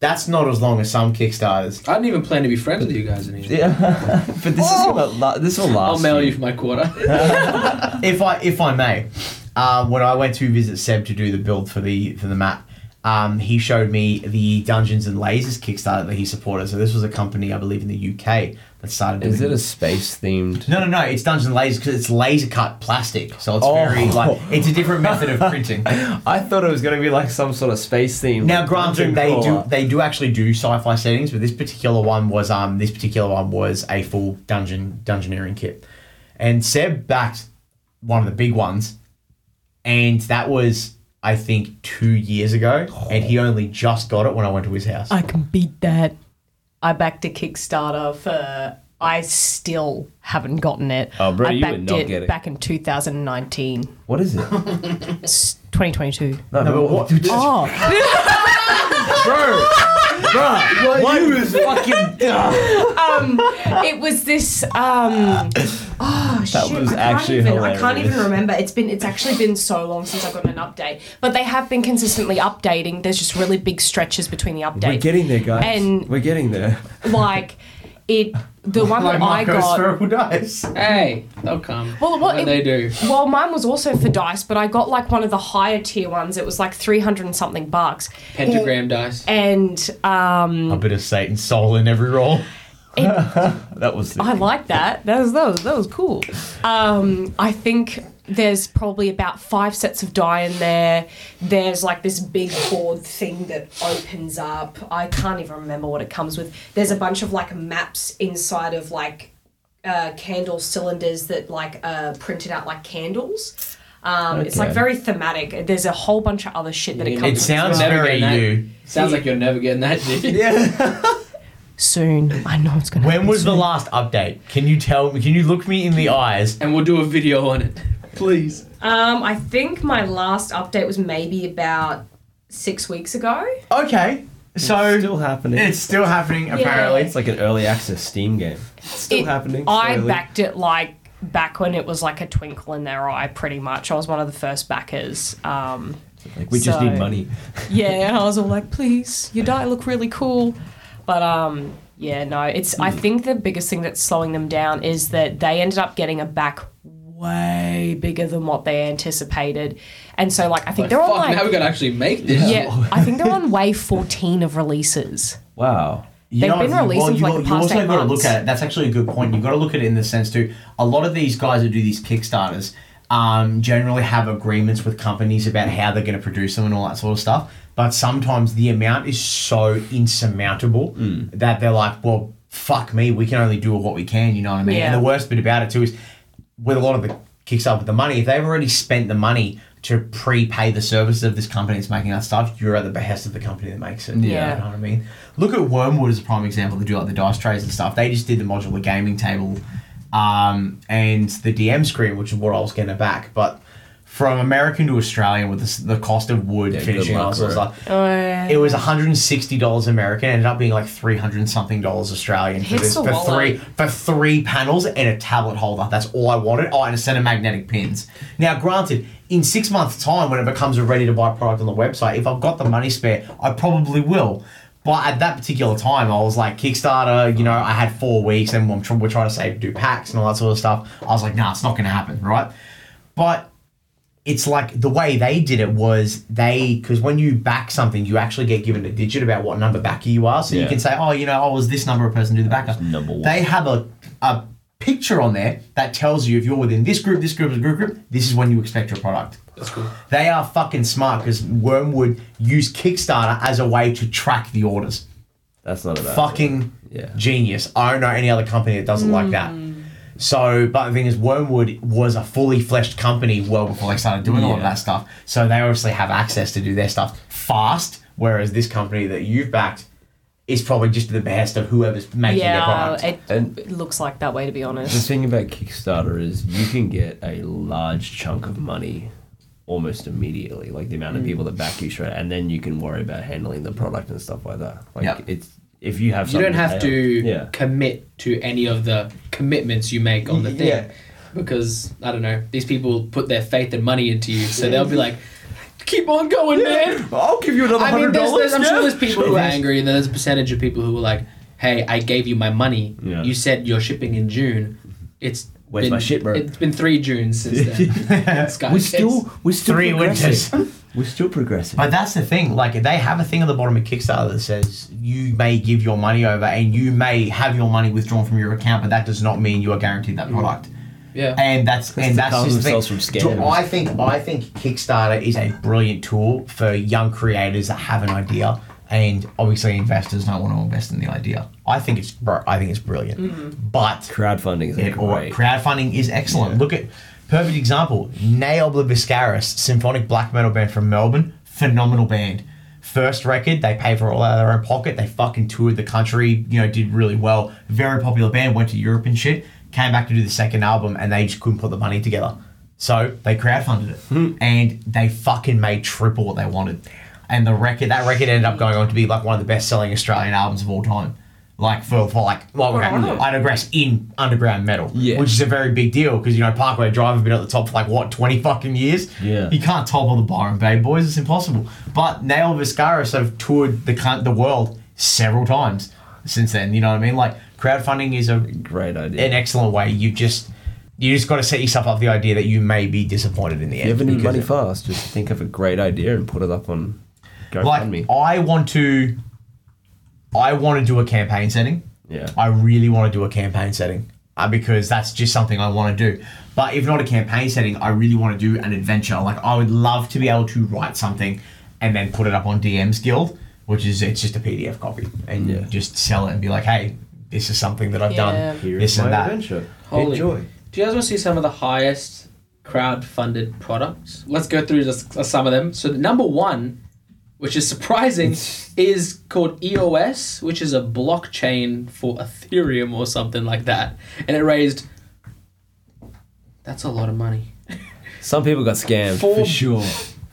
that's not as long as some Kickstarters. I didn't even plan to be friends with you guys anymore. Yeah, but this is gonna la- this will last. I'll mail you you. for my quarter. if I if I may, uh, when I went to visit Seb to do the build for the for the map, um, he showed me the Dungeons and Lasers Kickstarter that he supported. So this was a company I believe in the UK that started. Is it doing- a space themed? no, no, no. It's Dungeons and Lasers because it's laser cut plastic, so it's Oh. very like it's a different method of printing. I thought it was gonna be like some sort of space theme. Now, granted, they do they do actually do sci-fi settings, but this particular one was um this particular one was a full dungeon dungeoneering kit, and Seb backed one of the big ones, and that was I think two years ago, and he only just got it when I went to his house. I can beat that. I backed a Kickstarter for. I still haven't gotten it. Oh, bro, I you would backed not it get it. back in 2019, What is it? No, It's 2022. but what? Oh, bro, bro, what was fucking? it was this. Um, oh shit! was I can't actually even, I can't hilarious. even remember. It's been. It's actually been so long since I've gotten an update. But they have been consistently updating. There's just really big stretches between the updates. We're getting there, guys. And- We're getting there. like it. The one like that I Marco got. spherical dice. hey, they'll come. Well, what when it- they do. Well, mine was also for dice, but I got like one of the higher tier ones. It was like 300 and something bucks. Pentagram dice. And um, A bit of Satan's soul in every roll. That was. I like that. That was, that was, that was cool. Um, I think there's probably about five sets of die in there. There's like this big board thing that opens up. I can't even remember what it comes with. There's a bunch of like maps inside of like uh, candle cylinders that like uh, printed out like candles. Um, It's like Okay. very thematic. There's a whole bunch of other shit that it It comes It with. sounds Never very getting that. you. Sounds like you're never getting that, dude. soon. I know it's gonna. When happen was the soon. last update? Can you tell? Can you look me in the eyes? And we'll do a video on it. Please. Um, I think my last update was maybe about six weeks ago. Okay, so still happening. it's still happening apparently. It's like an early access Steam game. It's still It- happening. I slowly. backed it like back when it was like a twinkle in their eye, pretty much. I was one of the first backers. Um, Like, we just need so- money. yeah, I was all like, please, your die look really cool. But um, yeah, no, it's. Hmm. I think the biggest thing that's slowing them down is that they ended up getting a back way bigger than what they anticipated, and so like I think Like, they're fuck, on like now we gotta actually make this. yeah, I think they're on wave fourteen of releases. Wow. You They've know, been well, releasing for, you, like, the you past also eight got to look months. at it. That's actually a good point. You've got to look at it in the sense too. A lot of these guys that do these kickstarters, um, generally have agreements with companies about how they're going to produce them and all that sort of stuff. But sometimes the amount is so insurmountable Mm. that they're like, well, fuck me, we can only do what we can, you know what I mean? Yeah. And the worst bit about it too is with a lot of the kicks up with the money, if they've already spent the money to prepay the services of this company that's making that stuff, you're at the behest of the company that makes it. Yeah. You know what I mean? Look at Wormwood as a prime example. They do like the dice trays and stuff. They just did the modular gaming table um, and the DM screen, which is what I was getting back. But from American to Australian with the, the cost of wood good finishing and all luck, sorts right. of stuff. It was $160 American. It ended up being like 300 and something dollars Australian for Hits this the for wallet. three for three panels and a tablet holder. That's all I wanted. Oh, and a set of magnetic pins. Now, granted, in six months' time, when it becomes a ready to buy product on the website, if I've got the money spare, I probably will. But at that particular time, I was like Kickstarter. You know, I had four weeks, and I'm tr- we're trying to save do packs and all that sort of stuff. I was like, nah, it's not going to happen, right? But it's like the way they did it was they because when you back something, you actually get given a digit about what number backer you are, so you Yeah. can say, oh, you know, I was this number of person to do the backer. Number one. They have a a picture on there that tells you if you're within this group, this group, this group, group. This is when you expect your product. That's cool. They are fucking smart because Wormwood used Kickstarter as a way to track the orders. That's not a bad Fucking Yeah. genius. I don't know any other company that does it like that. Mm. So, but the thing is, Wormwood was a fully fleshed company well before they started doing all of Yeah. that stuff. So they obviously have access to do their stuff fast, whereas this company that you've backed is probably just to the behest of whoever's making their yeah, product. it, And- it looks like that way to be The honest. thing about Kickstarter is you can get a large chunk of money almost immediately, like the amount Mm. of people that back you straight, and then you can worry about handling the product and stuff like that. Like Yeah. it's if you have You don't something have pay to off- yeah. commit to any of the commitments you make on the thing. Yeah. Because, I don't know, these people put their faith and money into you, so they'll be like, keep on going, man. I'll give you another I mean, hundred there's, dollars. there's, I'm sure there's people who are angry, and then there's a percentage of people who were like, "Hey, I gave you my money. Yeah. You said you're shipping in June. It's Where's been, my shit, bro?" It's been three Junes since then. Sky We're Kids. still we're still Three progressive. We're still progressive. But that's the thing. Like they have a thing at the bottom of Kickstarter that says you may give your money over, and you may have your money withdrawn from your account, but that does not mean you are guaranteed that Mm. product. yeah. And that's to and that's cover just the thing. themselves from Do- scams. I think I think Kickstarter is a brilliant tool for young creators that have an idea, and obviously investors don't want to invest in the idea. I think it's br- I think it's brilliant, but Crowdfunding is a it, or great. crowdfunding is excellent. Look at perfect example: Nail Obliviscaris, symphonic black metal band from Melbourne, phenomenal band. First record, they paid for it all out of their own pocket. They fucking toured the country, you know, did really well. Very popular band, went to Europe and shit. Came back to do the second album, and they just couldn't put the money together. So they crowdfunded it, and they fucking made triple what they wanted. And the record, that record ended up going on to be like one of the best-selling Australian albums of all time. Like for, for like, well, okay, I digress. In underground metal, Yeah. which is a very big deal because you know Parkway Drive have been at the top for like what twenty fucking years. Yeah. you can't topple the Byron Bay Boys. It's impossible. But Nail Viscaris have toured the cunt- the world several times since then. You know what I mean? Like crowdfunding is a Great idea. an excellent way. You just you just got to set yourself up the idea that you may be disappointed in the if you end. ever need because money fast, just think of a great idea and put it up on GoFundMe. like I want to, I want to do a campaign setting. yeah. I really want to do a campaign setting uh, because that's just something I want to do. But if not a campaign setting, I really want to do an adventure. Like I would love to be able to write something and then put it up on DM's Guild, which is it's just a PDF copy and Yeah. just sell it and be like, hey, this is something that I've Yeah. done. this and that. adventure. Holy. Do you guys want to see some of the highest crowd-funded products? Let's go through just uh, some of them. So the number one, which is surprising, is called EOS, which is a blockchain for Ethereum or something like that, and it raised. That's a lot of money. Some people got scammed Four- for sure.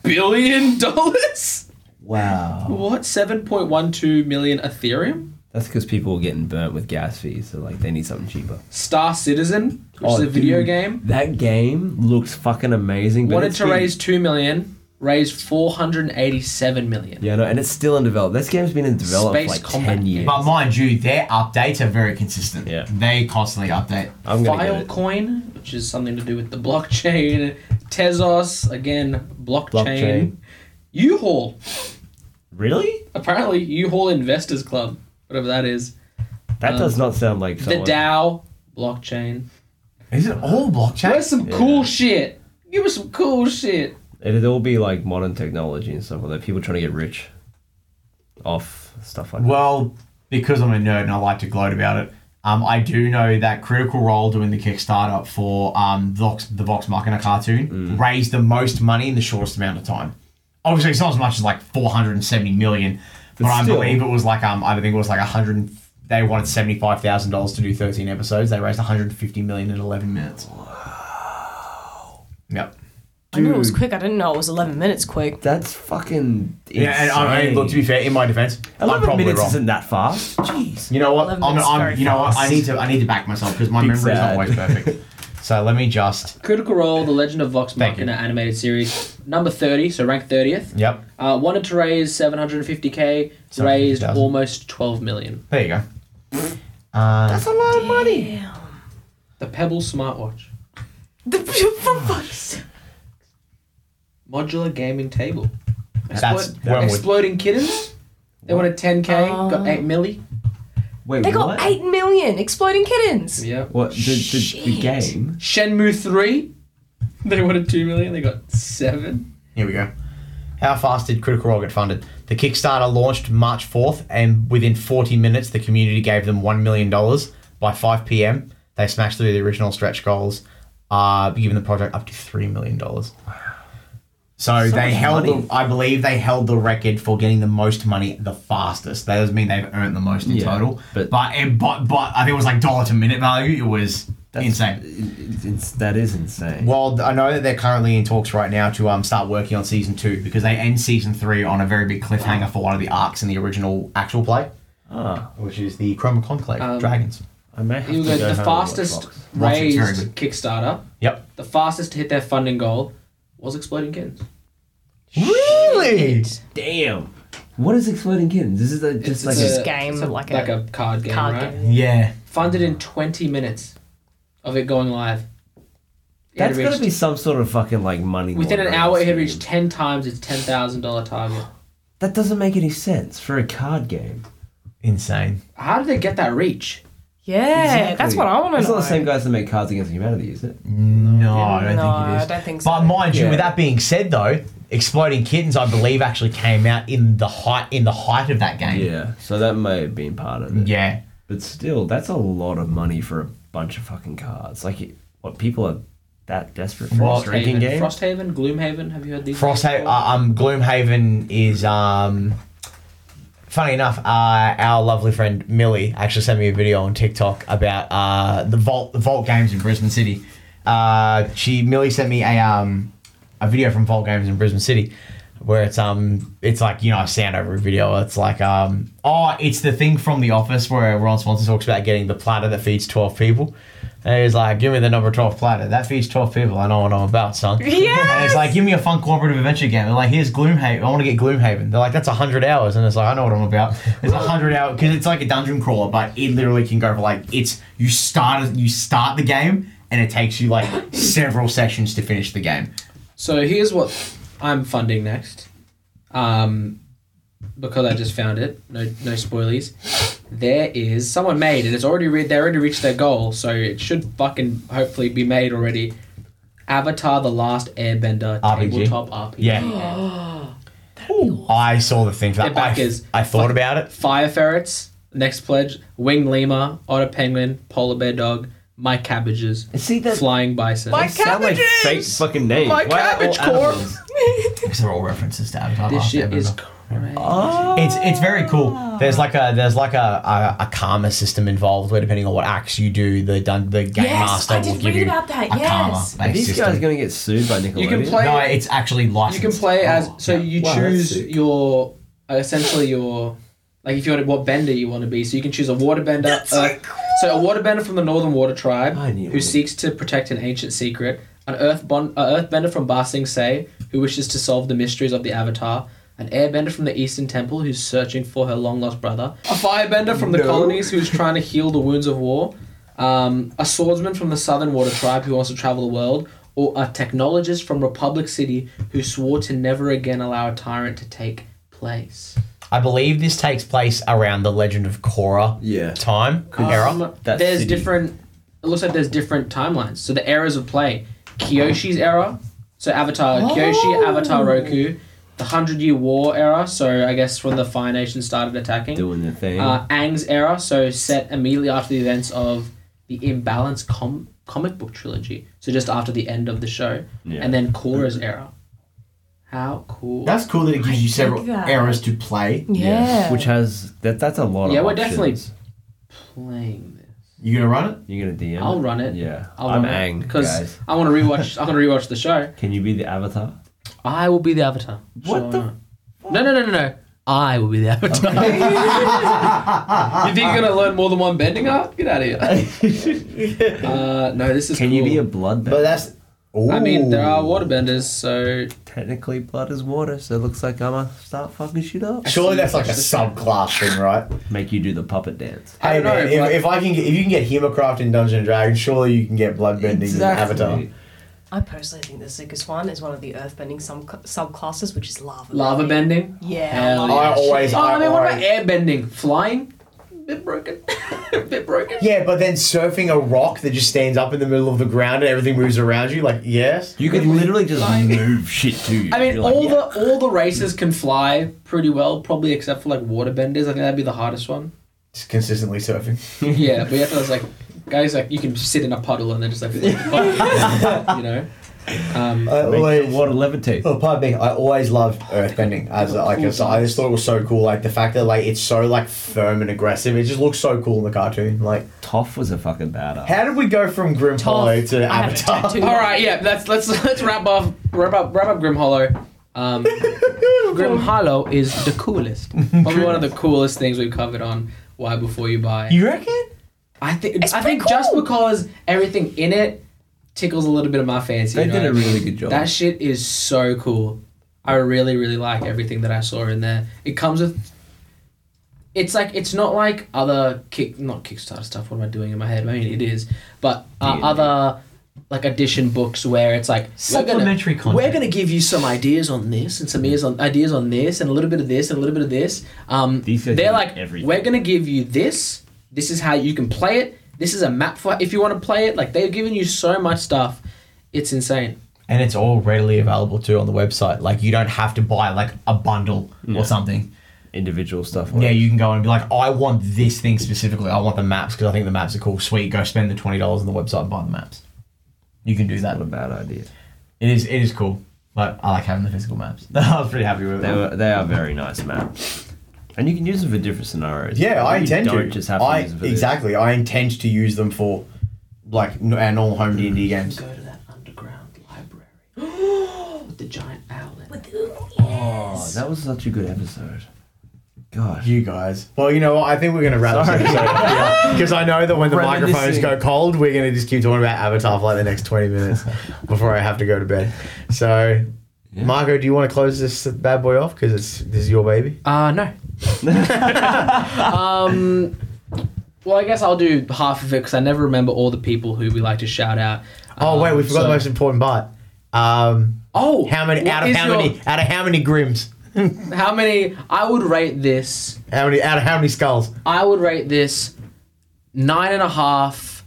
Billion dollars. Wow. What? 7.12 million Ethereum? That's because people were getting burnt with gas fees, so like they need something cheaper. Star Citizen, which is a Oh, video dude, game. That game looks fucking amazing. But Wanted it's to been- raise 2 million, raised 487 million. Yeah, no, and it's still in development. This game's been in development Space for like combat ten years. But mind you, their updates are very consistent. Yeah. They constantly update. I'm gonna get it. Filecoin, which is something to do with the blockchain. Tezos, again, blockchain. Blockchain. U-Haul. Really? Apparently, U-Haul Investors Club, whatever that is. That Um, does not sound like someone. The DAO, blockchain. Is it all blockchain? There's some cool shit. Give us some cool shit. It'd all be like modern technology and stuff like that. People trying to get rich off stuff like Well, because I'm a nerd and I like to gloat about it, um, I do know that Critical Role doing the Kickstarter for um, Vox, the Vox Machina cartoon Mm. raised the most money in the shortest amount of time. Obviously, it's not as much as like 470 million, but, But I still. believe it was like um, I think it was like 100. They wanted seventy-five thousand dollars to do thirteen episodes. They raised one hundred fifty million in eleven minutes. Yep. I knew it was quick. I didn't know it was 11 minutes quick. That's fucking Yeah, and I mean, look. To be fair, in my defense, I'm 11 probably minutes wrong. isn't that fast. Jeez. You know what? I'm, 11 minutes I'm, very you know what? I fast. need to I need to back myself because my Big memory is not sad. always perfect. so let me just. Critical Role, The Legend of Vox Thank Machina animated series, number 30, so ranked 30th. Yep. Uh, wanted to raise 750k, raised 750,000. almost 12 million. There you go. Uh, That's a lot of money. The Pebble smartwatch, The, for fuck's sake. modular gaming table, That's- Explo- Wormwood. exploding kittens. They wanted 10k, got 8 milli. Wait, They what? got 8 million exploding kittens. Yeah. What? The, the, the Shit. game? Shenmue 3, they wanted 2 million, they got 7. Here we go. How fast did Critical Role get funded? The Kickstarter launched March 4th, and within 40 minutes, the community gave them $1 million. By 5 p.m., they smashed through the original stretch goals, uh, giving the project up to $3 million. So, they held, the, I believe they held the record for getting the most money the fastest. That doesn't mean they've earned the most in Yeah, total. but- But but, it, but but I think it was like dollar to minute value. It was insane. It- it's, that is insane. Well, I know that they're currently in talks right now to um, start working on season two because they end season three on a very big cliffhanger for one of the arcs in the original actual play, Ah, which is the Chroma Conclave Um, Dragons. I may have You to got go the home and watch fastest Fox. Watch it, it's very raised good. Kickstarter, Yep. the fastest to hit their funding goal was Exploding Kittens. Really? Damn. What is exploding kittens? This is a, just like just a- game, it's like a like a card game, Card right? game. Yeah. Funded in 20 minutes of it going live. It had that's got to reached- be some sort of fucking like money. Within an laundering hour, it had scheme. reached 10 times its $10,000 target. That doesn't make any sense for a card game. Insane. How did they get that reach? Yeah, that's what I want to know. It's not the same guys that make Cards Against Humanity, is it? No, I don't No, think it is. I don't think so. But mind you, Yeah. with that being said, though, Exploding Kittens, I believe, actually came out in the height in the height of that game. Yeah. So that may have been part of it. Yeah. But still, that's a lot of money for a bunch of fucking cards. Like, it- what people are that desperate for Well, a drinking Haven- game? Frosthaven, Gloomhaven, have you heard these? Frosthaven, before? uh, um, Gloomhaven is um. Funny enough, uh, our lovely friend Millie actually sent me a video on TikTok about uh, the Vault the Vault Games in Brisbane City. Uh, she Millie sent me a um, a video from Vault Games in Brisbane City, where it's um it's like you know a soundover video. It's like um oh it's the thing from The Office where Ron Swanson talks about getting the platter that feeds twelve people. And he's like, give me the number 12 platter. That feeds 12 people. I know what I'm about, son. And it's like, give me a fun cooperative adventure game. They're like, here's Gloomhaven. I want to get Gloomhaven. They're like, that's 100 hours. And it's like, I know what I'm about. It's 100 hours. Because it's like a dungeon crawler, but it literally can go for like, it's, you start, you start the game and it takes you like several sessions to finish the game. So here's what I'm funding next. Um, because I just found it. No, no spoilies. There is someone made it. It's already re- they already reached their goal, so it should fucking hopefully be made already. Avatar: The Last Airbender RPG. tabletop RPG. Yeah. I saw the thing for that. Their back I, is I thought about it. Fire ferrets. Next pledge: winged lemur, otter penguin, polar bear dog, my cabbages, See, that flying bison. My They sound like Cabbages! fake fucking names. My Why are they all cabbage corp. animals? Because they're all references to Avatar. this Last shit is Airbender. crazy. It's it's very cool. Oh. There's like a there's like a, a, a karma system involved where depending on what acts you do, the dun, the game Yes, master I will did give read you about that, a karma yes. Are based these guys system. going to get sued by Nickelodeon? You can play. no, it's actually You licensed. can play as so you Wow, that's choose sick. your uh, essentially your like if you want what bender you want to be. So you can choose a water bender. earth- so a water bender from the Northern Water Tribe I knew who it. seeks to protect an ancient secret. An earth bon- a earthbender from Ba Sing Se who wishes to solve the mysteries of the Avatar. An airbender from the Eastern Temple who's searching for her long lost brother. A firebender from the colonies who's trying to heal the wounds of war. Um, a swordsman from the Southern Water Tribe who wants to travel the world, or a technologist from Republic City who swore to never again allow a tyrant to take place. I believe this takes place around the Legend of Korra Yeah. time era. Um, That there's city. different. It looks like there's different timelines. So the eras of play: Kyoshi's era, So Avatar Kyoshi, Avatar Roku, the Hundred Year War era. So I guess when the Fire Nation started attacking. doing their thing. Uh, Ang's era. So set immediately after the events of the Imbalance com- comic book trilogy. So just after the end of the show, Yeah. and then Korra's era. How cool! That's cool that it gives you several that. eras to play. Yeah. Which has that. That's a lot. yeah, of we're options. definitely playing this. You gonna run it? You're gonna DM. I'll run it. Yeah, I'll am run it, Ang. because Because I want to rewatch. I want to rewatch the show. can you be the avatar? I will be the Avatar. What Sure the not. No, no, no, no, no. I will be the Avatar. you think you're gonna learn more than one bending art? Get out of here. uh, no, this is. Can you be a bloodbender? But that's. I mean, there are Ooh. waterbenders, so Technically, blood is water, so it looks like I'm gonna start fucking shit up. Surely that's like a subclass thing, right? Make you do the puppet dance. Hey, don't know, man, if, but- if I can, get, if you can get Hemocraft in Dungeon and Dragon, surely you can get Bloodbending Exactly. in Avatar. I personally think the sickest one is one of the earthbending sub- subclasses, which is lava. lava bending. Yeah. Hell lava I bending. always, Oh, I, I mean, what about always. air bending? Flying? Bit broken. Bit broken. Yeah, but then surfing a rock that just stands up in the middle of the ground and everything moves around you, like yes. You could literally just move shit to you. I mean, You're like, all yeah. the all the races can fly pretty well, probably except for like waterbenders. I think that'd be the hardest one. Just consistently surfing. yeah, but you have to like guys like you can sit in a puddle and they're just like float in the puddle, you know. Um, I Make always, the water levitate. oh, pardon me. I always loved earthbending as like a, I just thought it was so cool. Like the fact that like it's so like firm and aggressive. It just looks so cool in the cartoon. Like Toph was a fucking badass. how did we go from Grim Hollow to I have a Avatar? tattoo. all right, yeah, that's let's let's wrap up wrap up wrap up Grim Hollow. Um, Grim Hollow is the coolest, probably one of the coolest things we've covered on Why Before You Buy. You reckon? I think I think just because everything in it tickles a little bit of my fancy. They you know did what I a mean? really good job. That shit is so cool. I really, really like everything that I saw in there. It comes with. It's like it's not like other kick not Kickstarter stuff. What am I doing in my head? I mean, it is, but uh, D&D. other like edition books where it's like we're gonna- Supplementary content. We're gonna give you some ideas on this and some ideas on ideas on this and a little bit of this and a little bit of this. Um, These guys they're know like everything. we're gonna give you this. This is how you can play it. This is a map for if you want to play it. Like they're giving you so much stuff. It's insane. And it's all readily available too on the website. Like you don't have to buy like a bundle or something. Individual stuff. Yeah, you can go and be like, I want this thing specifically. I want the maps because I think the maps are cool. Sweet, go spend the twenty dollars on the website and buy the maps. You can do that. What a bad idea. It is. It is cool. Like I like having the physical maps. I was pretty happy with They it. were, they are very nice maps, and you can use them for different scenarios. Yeah, I You intend don't to. Just have to I use them for this. exactly. I intend to use them for like n- our normal home D and D games. Go to that underground library with the giant owl. In it. Oh, that was such a good episode. Gosh. You guys. Well, you know what? I think we're gonna wrap this episode because I know that when the microphones Reminiscing. go cold, we're gonna just keep talking about Avatar for like the next twenty minutes before I have to go to bed. So. Marco, do you want to close this bad boy off because it's this is your baby? Uh no. um, well, I guess I'll do half of it because I never remember all the people who we like to shout out. Oh wait, we Um, forgot the so- most important part. Um, Oh, how many what out of is how your- many out of how many grims? How many? I would rate this. How many out of how many skulls? I would rate this nine and a half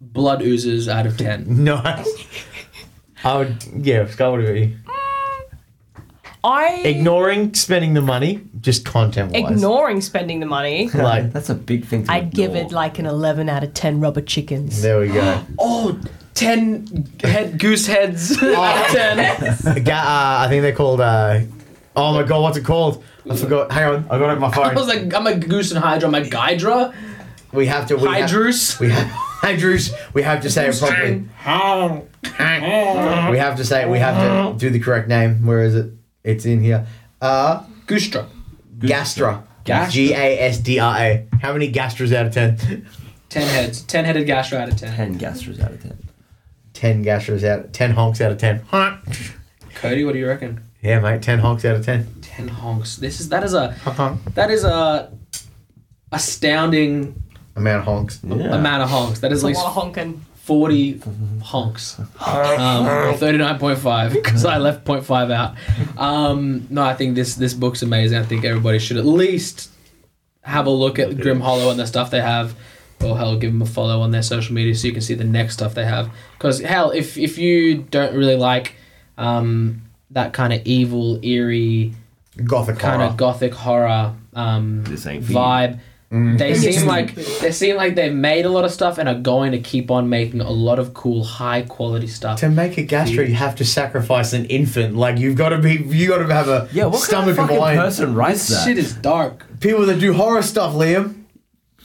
blood oozes out of ten. Nice. I would yeah, skull would be I ignoring spending the money, just content wise. ignoring spending the money. like That's a big thing to I'd give ignore. it like an 11 out of 10 rubber chickens. there we go. Oh, ten head goose heads out of ten. Ga- uh, I think they're called. Uh, oh my god, what's it called? I forgot. Hang on, I got it on my I was phone. like, I'm a goose and hydra. I'm a Gydra. We have to. We have- Hydrus. We have Andrews. We have to say it properly. We have to say it. We have to do the correct name. Where is it? It's in here. Uh, Goostra. Gastra. Gastra. G A S D R A. How many gastras out of ten? Ten heads. Ten headed Gastra out of ten. ten gastros out of ten. Ten gastras out. Ten honks out of ten. Cody, what do you reckon? Yeah, mate. Ten honks out of ten. Ten honks. This is that is a that is a astounding Amount of honks. Yeah. amount of honks. That is It's a at least lot of honking. 40 honks. Um, 39.5 because I left 0.5 out. Um, no, I think this this book's amazing. I think everybody should at least have a look at Grim Hollow and the stuff they have. Or hell, give them a follow on their social media so you can see the next stuff they have. Because hell, if if you don't really like um, that kind of evil, eerie, gothic kind horror. of gothic horror um, ain't for you. vibe. Mm. They seem like they seem like they've made a lot of stuff and are going to keep on making a lot of cool, high quality stuff. To make a gastro, you have to sacrifice an infant. Like you've got to be, you got to have a Yeah, what kind of stomach fucking wine. person writes This that? shit is dark. People that do horror stuff, Liam.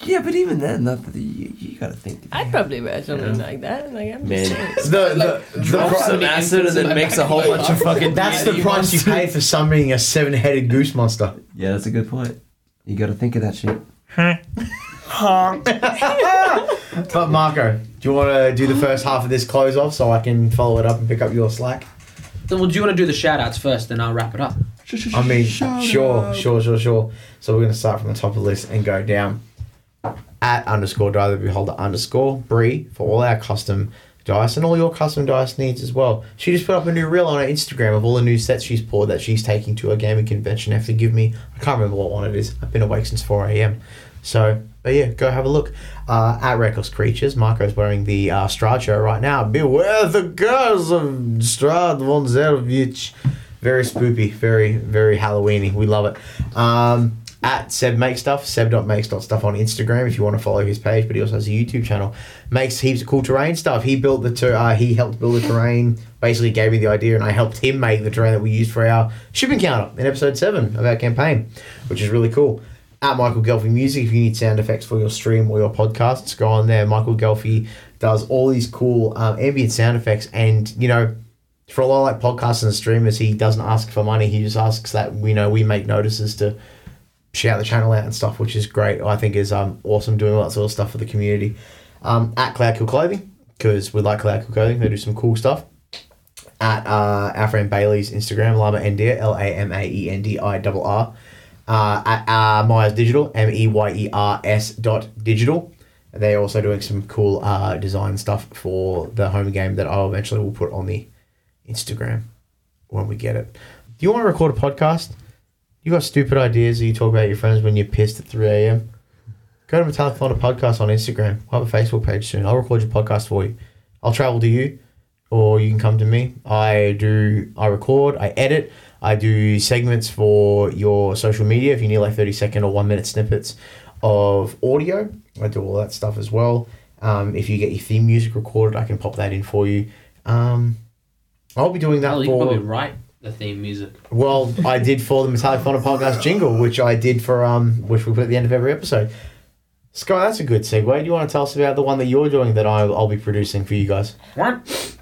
yeah, but even then, that, you, you gotta think. I'd probably wear something like that. Like, I'm Man. just- The, the, the, Drop pri- some acid and then makes a whole bunch of fucking. that's the price you pay for summoning a seven-headed goose monster. Yeah, that's a good point. You gotta think of that shit. But Marco, do you want to do the first half of this close off so I can follow it up and pick up your slack? Then, well, do you want to do the shout outs first? Then I'll wrap it up. I mean, sure, sure, sure, sure. So we're going to start from the top of the list and go down. At underscore die the beholder underscore Bree for all our custom dice and all your custom dice needs as well. She just put up a new reel on her Instagram of all the new sets she's poured that she's taking to a gaming convention. Have to give me, I can't remember what one it is. I've been awake since 4 a.m. So, but yeah, go have a look. Uh, at Reckless Creatures, Marco's wearing the uh, Strad show right now. Beware the girls of Strad von Zervich. Very spoopy, very, very Halloweeny. We love it. Um, at Seb Make Stuff, seb.makes.stuff on Instagram if you want to follow his page, but he also has a YouTube channel. Makes heaps of cool terrain stuff. He built the ter- uh, he helped build the terrain, basically gave me the idea, and I helped him make the terrain that we used for our shipping counter in episode 7 of our campaign, which is really cool. At Michael Gelfie Music, if you need sound effects for your stream or your podcasts, go on there. Michael Gelfie does all these cool um, ambient sound effects, and you know, for a lot of like podcasts and streamers, he doesn't ask for money. He just asks that we know we make notices to shout the channel out and stuff, which is great. I think is um awesome doing all that sort of stuff for the community. Um, at Cloudkill Clothing because we like Cloudkill Clothing. They do some cool stuff. At uh, our friend Bailey's Instagram, Lama Endia, L A M A E N D I R R. Uh, at uh, Myers Digital, M E Y E R S dot digital. They're also doing some cool uh, design stuff for the home game that I will eventually will put on the Instagram when we get it. Do you want to record a podcast? You got stupid ideas that you talk about your friends when you're pissed at 3 a.m. Go to Metallic Thunder Podcast on Instagram. We'll have a Facebook page soon. I'll record your podcast for you. I'll travel to you or you can come to me. I do, I record, I edit, I do segments for your social media if you need like 30 second or one minute snippets of audio. I do all that stuff as well. Um, if you get your theme music recorded, I can pop that in for you. Um, I'll be doing that Hell, you can for. probably write the theme music. Well, I did for the Metallic Fauna podcast jingle, which I did for um, which we put at the end of every episode. Sky, that's a good segue. Do you want to tell us about the one that you're doing that I, I'll be producing for you guys? That,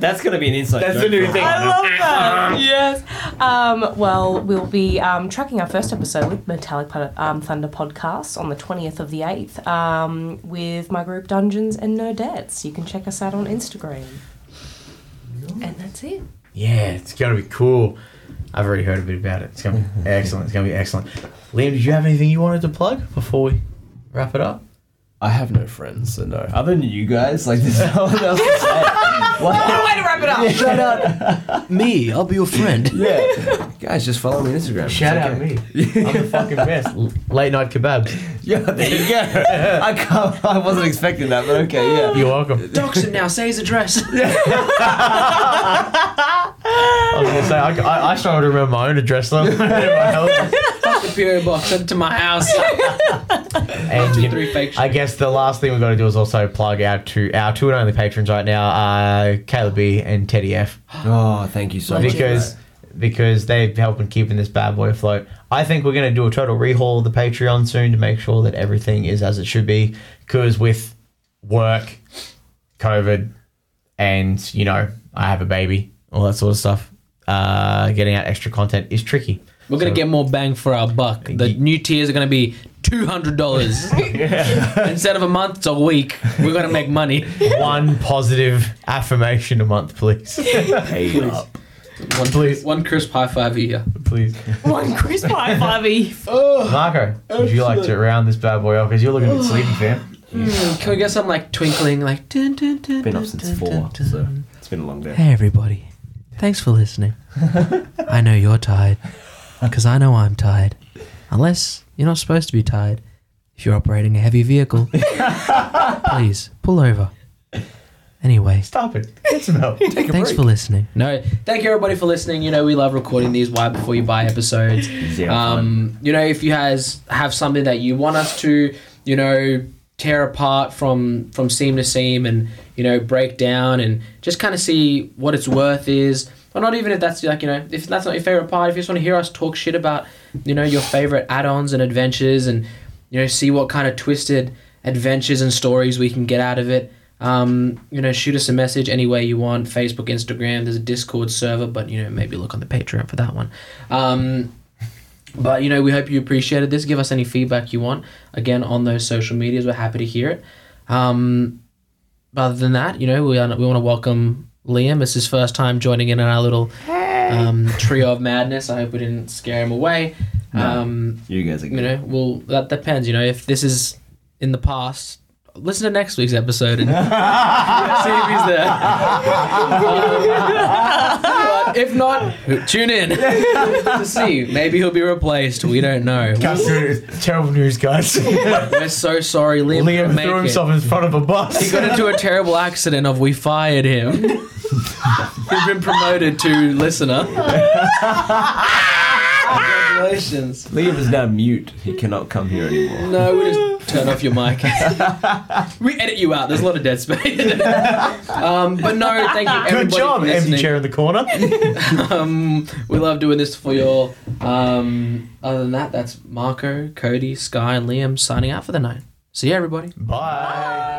that's gonna be an insight. That's joke the new for- thing. I love that. yes. Um, well, we'll be um, tracking our first episode with Metallic Pod- um, Thunder podcast on the 20th of the 8th um, with my group Dungeons and Nerdettes. You can check us out on Instagram. And that's it. Yeah, it's gonna be cool. I've already heard a bit about it. It's gonna be excellent. It's gonna be excellent. Liam, did you have anything you wanted to plug before we wrap it up? I have no friends, so no. Other than you guys, like there's no one else to say. What? Way to wrap it up. Shout out me. I'll be your friend. Yeah. guys, just follow me on Instagram. It's Shout out okay. me. I'm the fucking best. Late night kebabs. Yeah, there you go. I can't, I wasn't expecting that, but okay, yeah. You're welcome. Dox him now. Say his address. I was gonna say I, I, I struggle to remember my own address though. and Fuck the PO box. Send it to my house. you- Three fake. I guess the last thing we've got to do is also plug our two our two and only patrons right now, uh, Caleb B and Teddy F, Oh, thank you so much. for because that. because they've helped in keeping this bad boy afloat. I think we're going to do a total rehaul of the Patreon soon to make sure that everything is as it should be. Because with work, COVID, and you know, I have a baby, all that sort of stuff, uh, getting out extra content is tricky. We're gonna get more bang for our buck. The new tiers are gonna be two hundred dollars instead of a month. It's a week. We're gonna make money. One positive affirmation a month, please. Paid up. One, Please. one crisp high five a year. please. One crisp high Bobby. Marco, would you like to round this bad boy off? Because you're looking a bit sleepy, fam. Hmm, Can we get something like twinkling, like? Dun, dun, dun, Been dun, up since dun, four, dun, dun. so it's been a long day. Hey everybody, thanks for listening. I know you're tired, because I know I'm tired. Unless you're not supposed to be tired. If you're operating a heavy vehicle, please pull over Anyway, Stop it. Get some help. Take thanks for listening. No, thank you everybody for listening. You know we love recording these Why Before You Buy episodes. Yeah, um, you know if you has have something that you want us to, you know, tear apart from from seam to seam and you know break down and just kind of see what its worth is. Or not even if that's like you know if that's not your favorite part. If you just want to hear us talk shit about you know your favorite add-ons and adventures and you know see what kind of twisted adventures and stories we can get out of it um, you know shoot us a message any way you want facebook instagram there's a discord server but you know maybe look on the patreon for that one um, but you know we hope you appreciated this give us any feedback you want again on those social medias we're happy to hear it um, but other than that you know we, are, we want to welcome liam it's his first time joining in on our little um, trio of madness i hope we didn't scare him away um, You guys are good. you know, well, that depends. You know, if this is in the past, listen to next week's episode and see if he's there. Um, but if not, tune in to see. Maybe he'll be replaced. We don't know. Guys, terrible news, guys. We're so sorry, Liam. Liam couldn't make threw it. himself in front of a bus. He got into a terrible accident of we fired him. He's been promoted to listener. Congratulations. Liam is now mute. He cannot come here anymore. No, we just turn off your mic. we edit you out. There's a lot of dead space. um, but no, thank you everybody Good job, for empty listening. chair in the corner. Um, we love doing this for you all. Um, other than that, that's Marco, Cody, Sky, and Liam signing out for the night. See you, everybody. Bye.